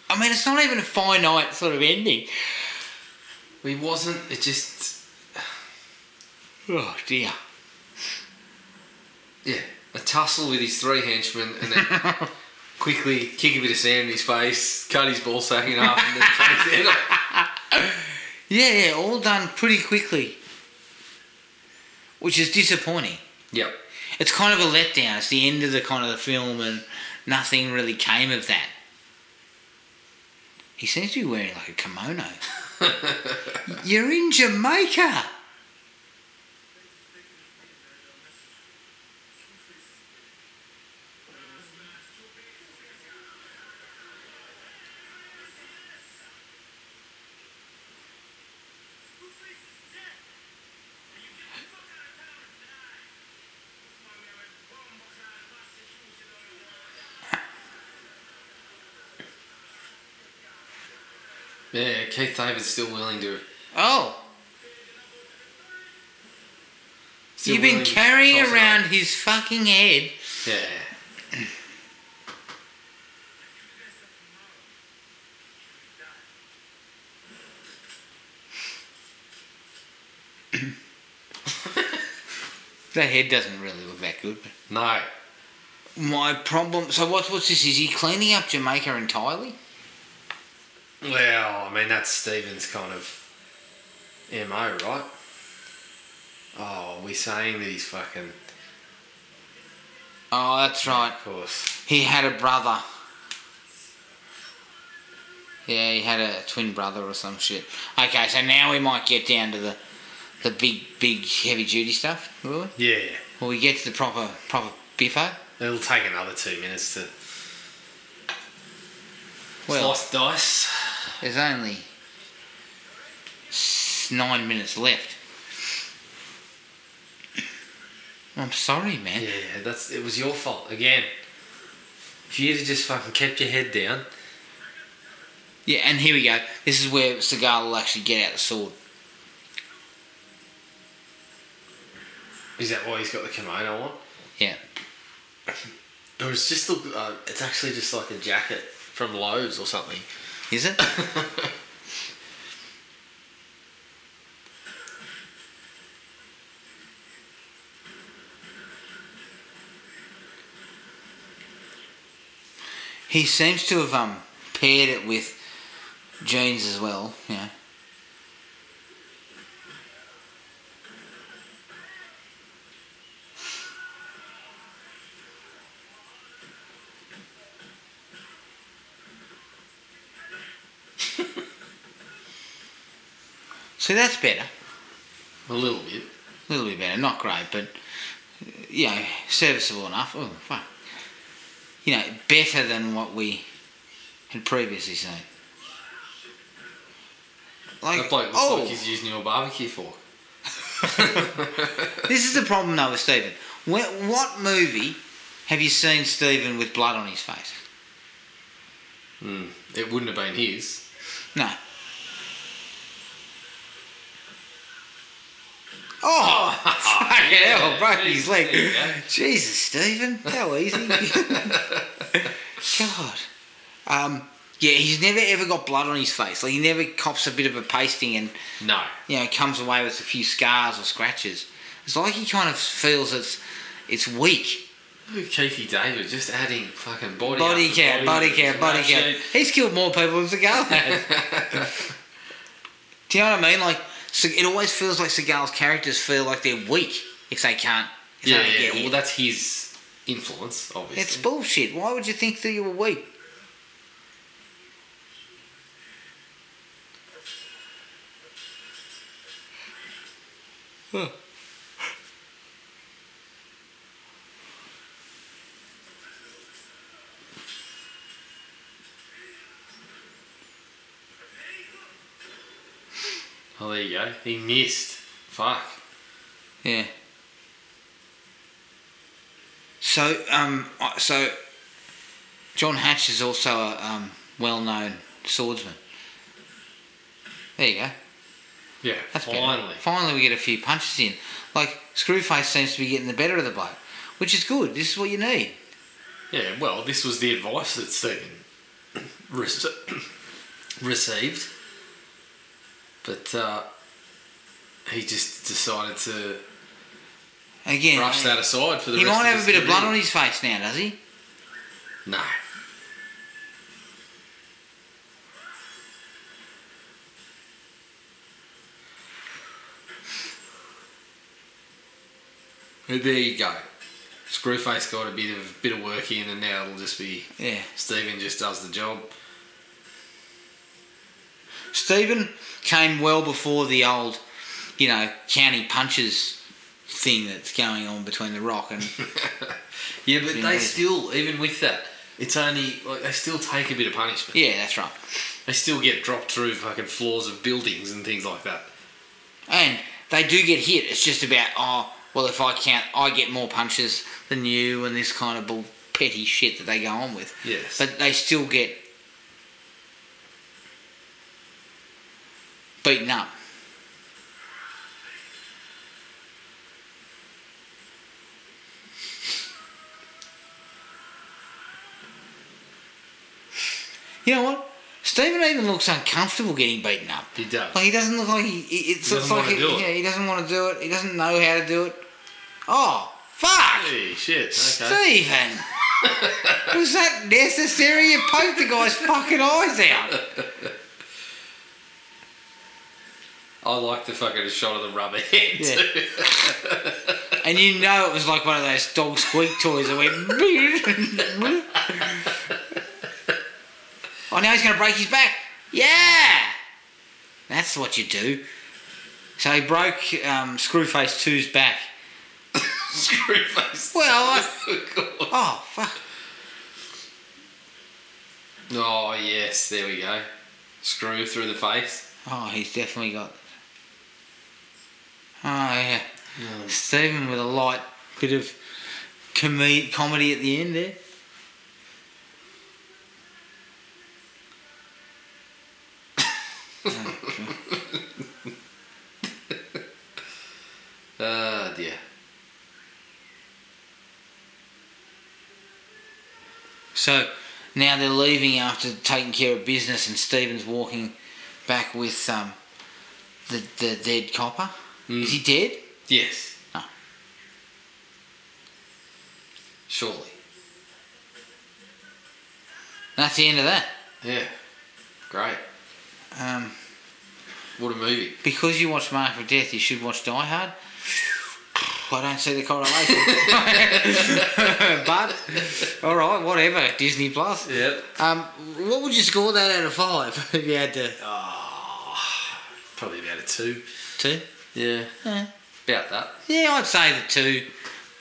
Speaker 5: I mean, it's not even a finite sort of ending.
Speaker 6: He wasn't. It just
Speaker 5: Oh dear.
Speaker 6: yeah, a tussle with his three henchmen, and then quickly kick a bit of sand in his face, cut his ball sack in half, and then cut his head off.
Speaker 5: Yeah, yeah, all done pretty quickly, which is disappointing.
Speaker 6: Yep.
Speaker 5: it's kind of a letdown. It's the end of the kind of the film, and nothing really came of that. He seems to be wearing like a kimono. You're in Jamaica.
Speaker 6: Yeah, Keith David's still willing to.
Speaker 5: Oh,
Speaker 6: Still
Speaker 5: you've been
Speaker 6: willing to
Speaker 5: carrying
Speaker 6: toss it
Speaker 5: around his fucking head.
Speaker 6: up. Yeah.
Speaker 5: The head doesn't really look that good. But
Speaker 6: No.
Speaker 5: my problem. So what's what's this? Is he cleaning up Jamaica entirely?
Speaker 6: Well, I mean that's Stevens' kind of mo, right? Oh, we're saying that he's fucking.
Speaker 5: Oh, that's right.
Speaker 6: Of course.
Speaker 5: He had a brother. Yeah, he had a twin brother or some shit. Okay, so now we might get down to the the big, big heavy duty stuff, will we?
Speaker 6: Yeah.
Speaker 5: Will we get to the proper proper biffo?
Speaker 6: It'll take another two minutes to
Speaker 5: Well,
Speaker 6: slice the dice.
Speaker 5: there's only s- nine minutes left. I'm sorry, man.
Speaker 6: Yeah, that's it was your fault again. If you'd have just fucking kept your head down.
Speaker 5: Yeah, and here we go. This is where Seagal will actually get out the sword.
Speaker 6: Is that why he's got the kimono on?
Speaker 5: Yeah.
Speaker 6: Or it's just look. Uh, it's actually just like a jacket from Lowe's or something.
Speaker 5: Is it? he seems to have um paired it with jeans as well. Yeah. So that's better.
Speaker 6: A little bit.
Speaker 5: A little bit better. Not great, but uh, you know, serviceable enough. Oh fuck. You know, better than what we had previously seen.
Speaker 6: That
Speaker 5: Like,
Speaker 6: bloke looks
Speaker 5: oh,
Speaker 6: like he's using your barbecue fork.
Speaker 5: this is the problem though with Stephen. Wh- what movie have you seen Stephen with blood on his face?
Speaker 6: Mm. It wouldn't have been his.
Speaker 5: No. Oh, fucking hell, broke his leg.
Speaker 6: There you go.
Speaker 5: Jesus, Stephen, how easy. God. Um, Yeah, he's never ever got blood on his face. Like he never cops a bit of a pasting and
Speaker 6: No.
Speaker 5: you know comes away with a few scars or scratches. It's like he kind of feels it's it's weak.
Speaker 6: Look at Keithy David just adding fucking body
Speaker 5: Body
Speaker 6: after
Speaker 5: count, body count, body
Speaker 6: That
Speaker 5: count.
Speaker 6: shit.
Speaker 5: He's killed more people than Seagal has. Do you know what I mean? Like Se- it always feels like Seagal's characters feel like they're weak if they can't. If
Speaker 6: yeah,
Speaker 5: they don't
Speaker 6: yeah.
Speaker 5: get hit.
Speaker 6: Well, that's his influence, obviously.
Speaker 5: It's bullshit. Why would you think that you were weak?
Speaker 6: oh, there you go. He missed. Fuck.
Speaker 5: Yeah. So, um, I- so John Hatch is also a um, well-known swordsman. There you go.
Speaker 6: Yeah.
Speaker 5: That's better.
Speaker 6: finally.
Speaker 5: Finally, we get a few punches in. Like Screwface seems to be getting the better of the bloke, which is good. This is what you need.
Speaker 6: Yeah. Well, this was the advice that Stephen rece- received, but uh, he just decided to
Speaker 5: Again,
Speaker 6: brush that aside for the.
Speaker 5: he
Speaker 6: rest
Speaker 5: might have
Speaker 6: of
Speaker 5: a
Speaker 6: his
Speaker 5: bit of
Speaker 6: career.
Speaker 5: blood on his face now, does he?
Speaker 6: No. But there you go. Screwface got a bit of bit of work in, and now it'll just be
Speaker 5: Yeah.
Speaker 6: Steven just does the job.
Speaker 5: Stephen came well before the old, you know, county punches thing that's going on between The Rock and
Speaker 6: yeah, but
Speaker 5: Yeah.
Speaker 6: they still, even with that, it's only like they still take a bit of punishment.
Speaker 5: yeah, that's right.
Speaker 6: They still get dropped through fucking floors of buildings and things like that.
Speaker 5: And they do get hit. It's just about oh well, if I count, I get more punches than you, and this kind of bull petty shit that they go on with.
Speaker 6: Yes.
Speaker 5: But they still get beaten up. You know what? Stephen even looks uncomfortable getting beaten up.
Speaker 6: he does.
Speaker 5: Like he doesn't look like he. he- It's,
Speaker 6: He
Speaker 5: it's
Speaker 6: doesn't
Speaker 5: like
Speaker 6: wanna
Speaker 5: he,
Speaker 6: do it.
Speaker 5: yeah, he doesn't want to do it. He doesn't know how to do it. Oh fuck,
Speaker 6: Hey, shit. Okay.
Speaker 5: Stephen! Was that necessary? You poked the guy's fucking eyes out.
Speaker 6: I like the fucking shot of the rubber head.
Speaker 5: Yeah.
Speaker 6: too.
Speaker 5: And you know it was like one of those dog squeak toys that went. oh, now he's going to break his back. Yeah! That's what you do. So he broke um, Screwface 2's back.
Speaker 6: Screwface.
Speaker 5: Well, I-
Speaker 6: Of course.
Speaker 5: Oh, fuck.
Speaker 6: oh yes, there we go. Screw through the face.
Speaker 5: Oh, he's definitely got. Oh, yeah. Stephen with a light bit of com- comedy at the end there.
Speaker 6: Oh dear.
Speaker 5: So now they're leaving after taking care of business, and Stephen's walking back with um, the, the dead copper. Is he dead?
Speaker 6: Yes.
Speaker 5: Ah.
Speaker 6: Surely.
Speaker 5: That's the end of that.
Speaker 6: Yeah. Great.
Speaker 5: Um,
Speaker 6: What a movie.
Speaker 5: because you watch Mark of Death, you should watch Die Hard. I don't see the correlation. but, alright, whatever, Disney Plus.
Speaker 6: Yep.
Speaker 5: Um, what would you score that out of five if you had to?
Speaker 6: Probably about a two. Eh.
Speaker 5: Two?
Speaker 6: Yeah.
Speaker 5: Yeah.
Speaker 6: About that.
Speaker 5: Yeah, I'd say the two.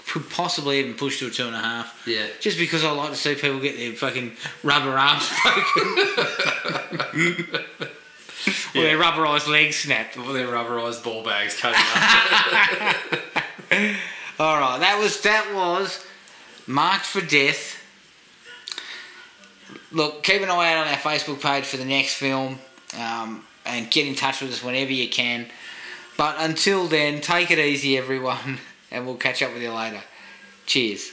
Speaker 5: Could possibly even push to a two and a half.
Speaker 6: Yeah.
Speaker 5: Just because I like to see people get their fucking rubber arms broken. or their rubberised legs snapped.
Speaker 6: All their rubberized ball bags cutting up.
Speaker 5: All right, that was that was marked for death. Look, keep an eye out on our Facebook page for the next film, um, and get in touch with us whenever you can. But until then, take it easy, everyone, and we'll catch up with you later. Cheers.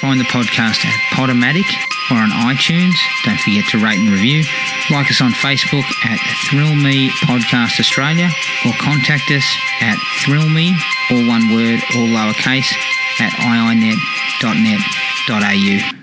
Speaker 1: find the podcast at Podomatic or on iTunes. Don't forget to rate and review. Like us on Facebook at Thrill Me Podcast Australia or contact us at Thrill Me, all one word, all lowercase, at iinet.net.au.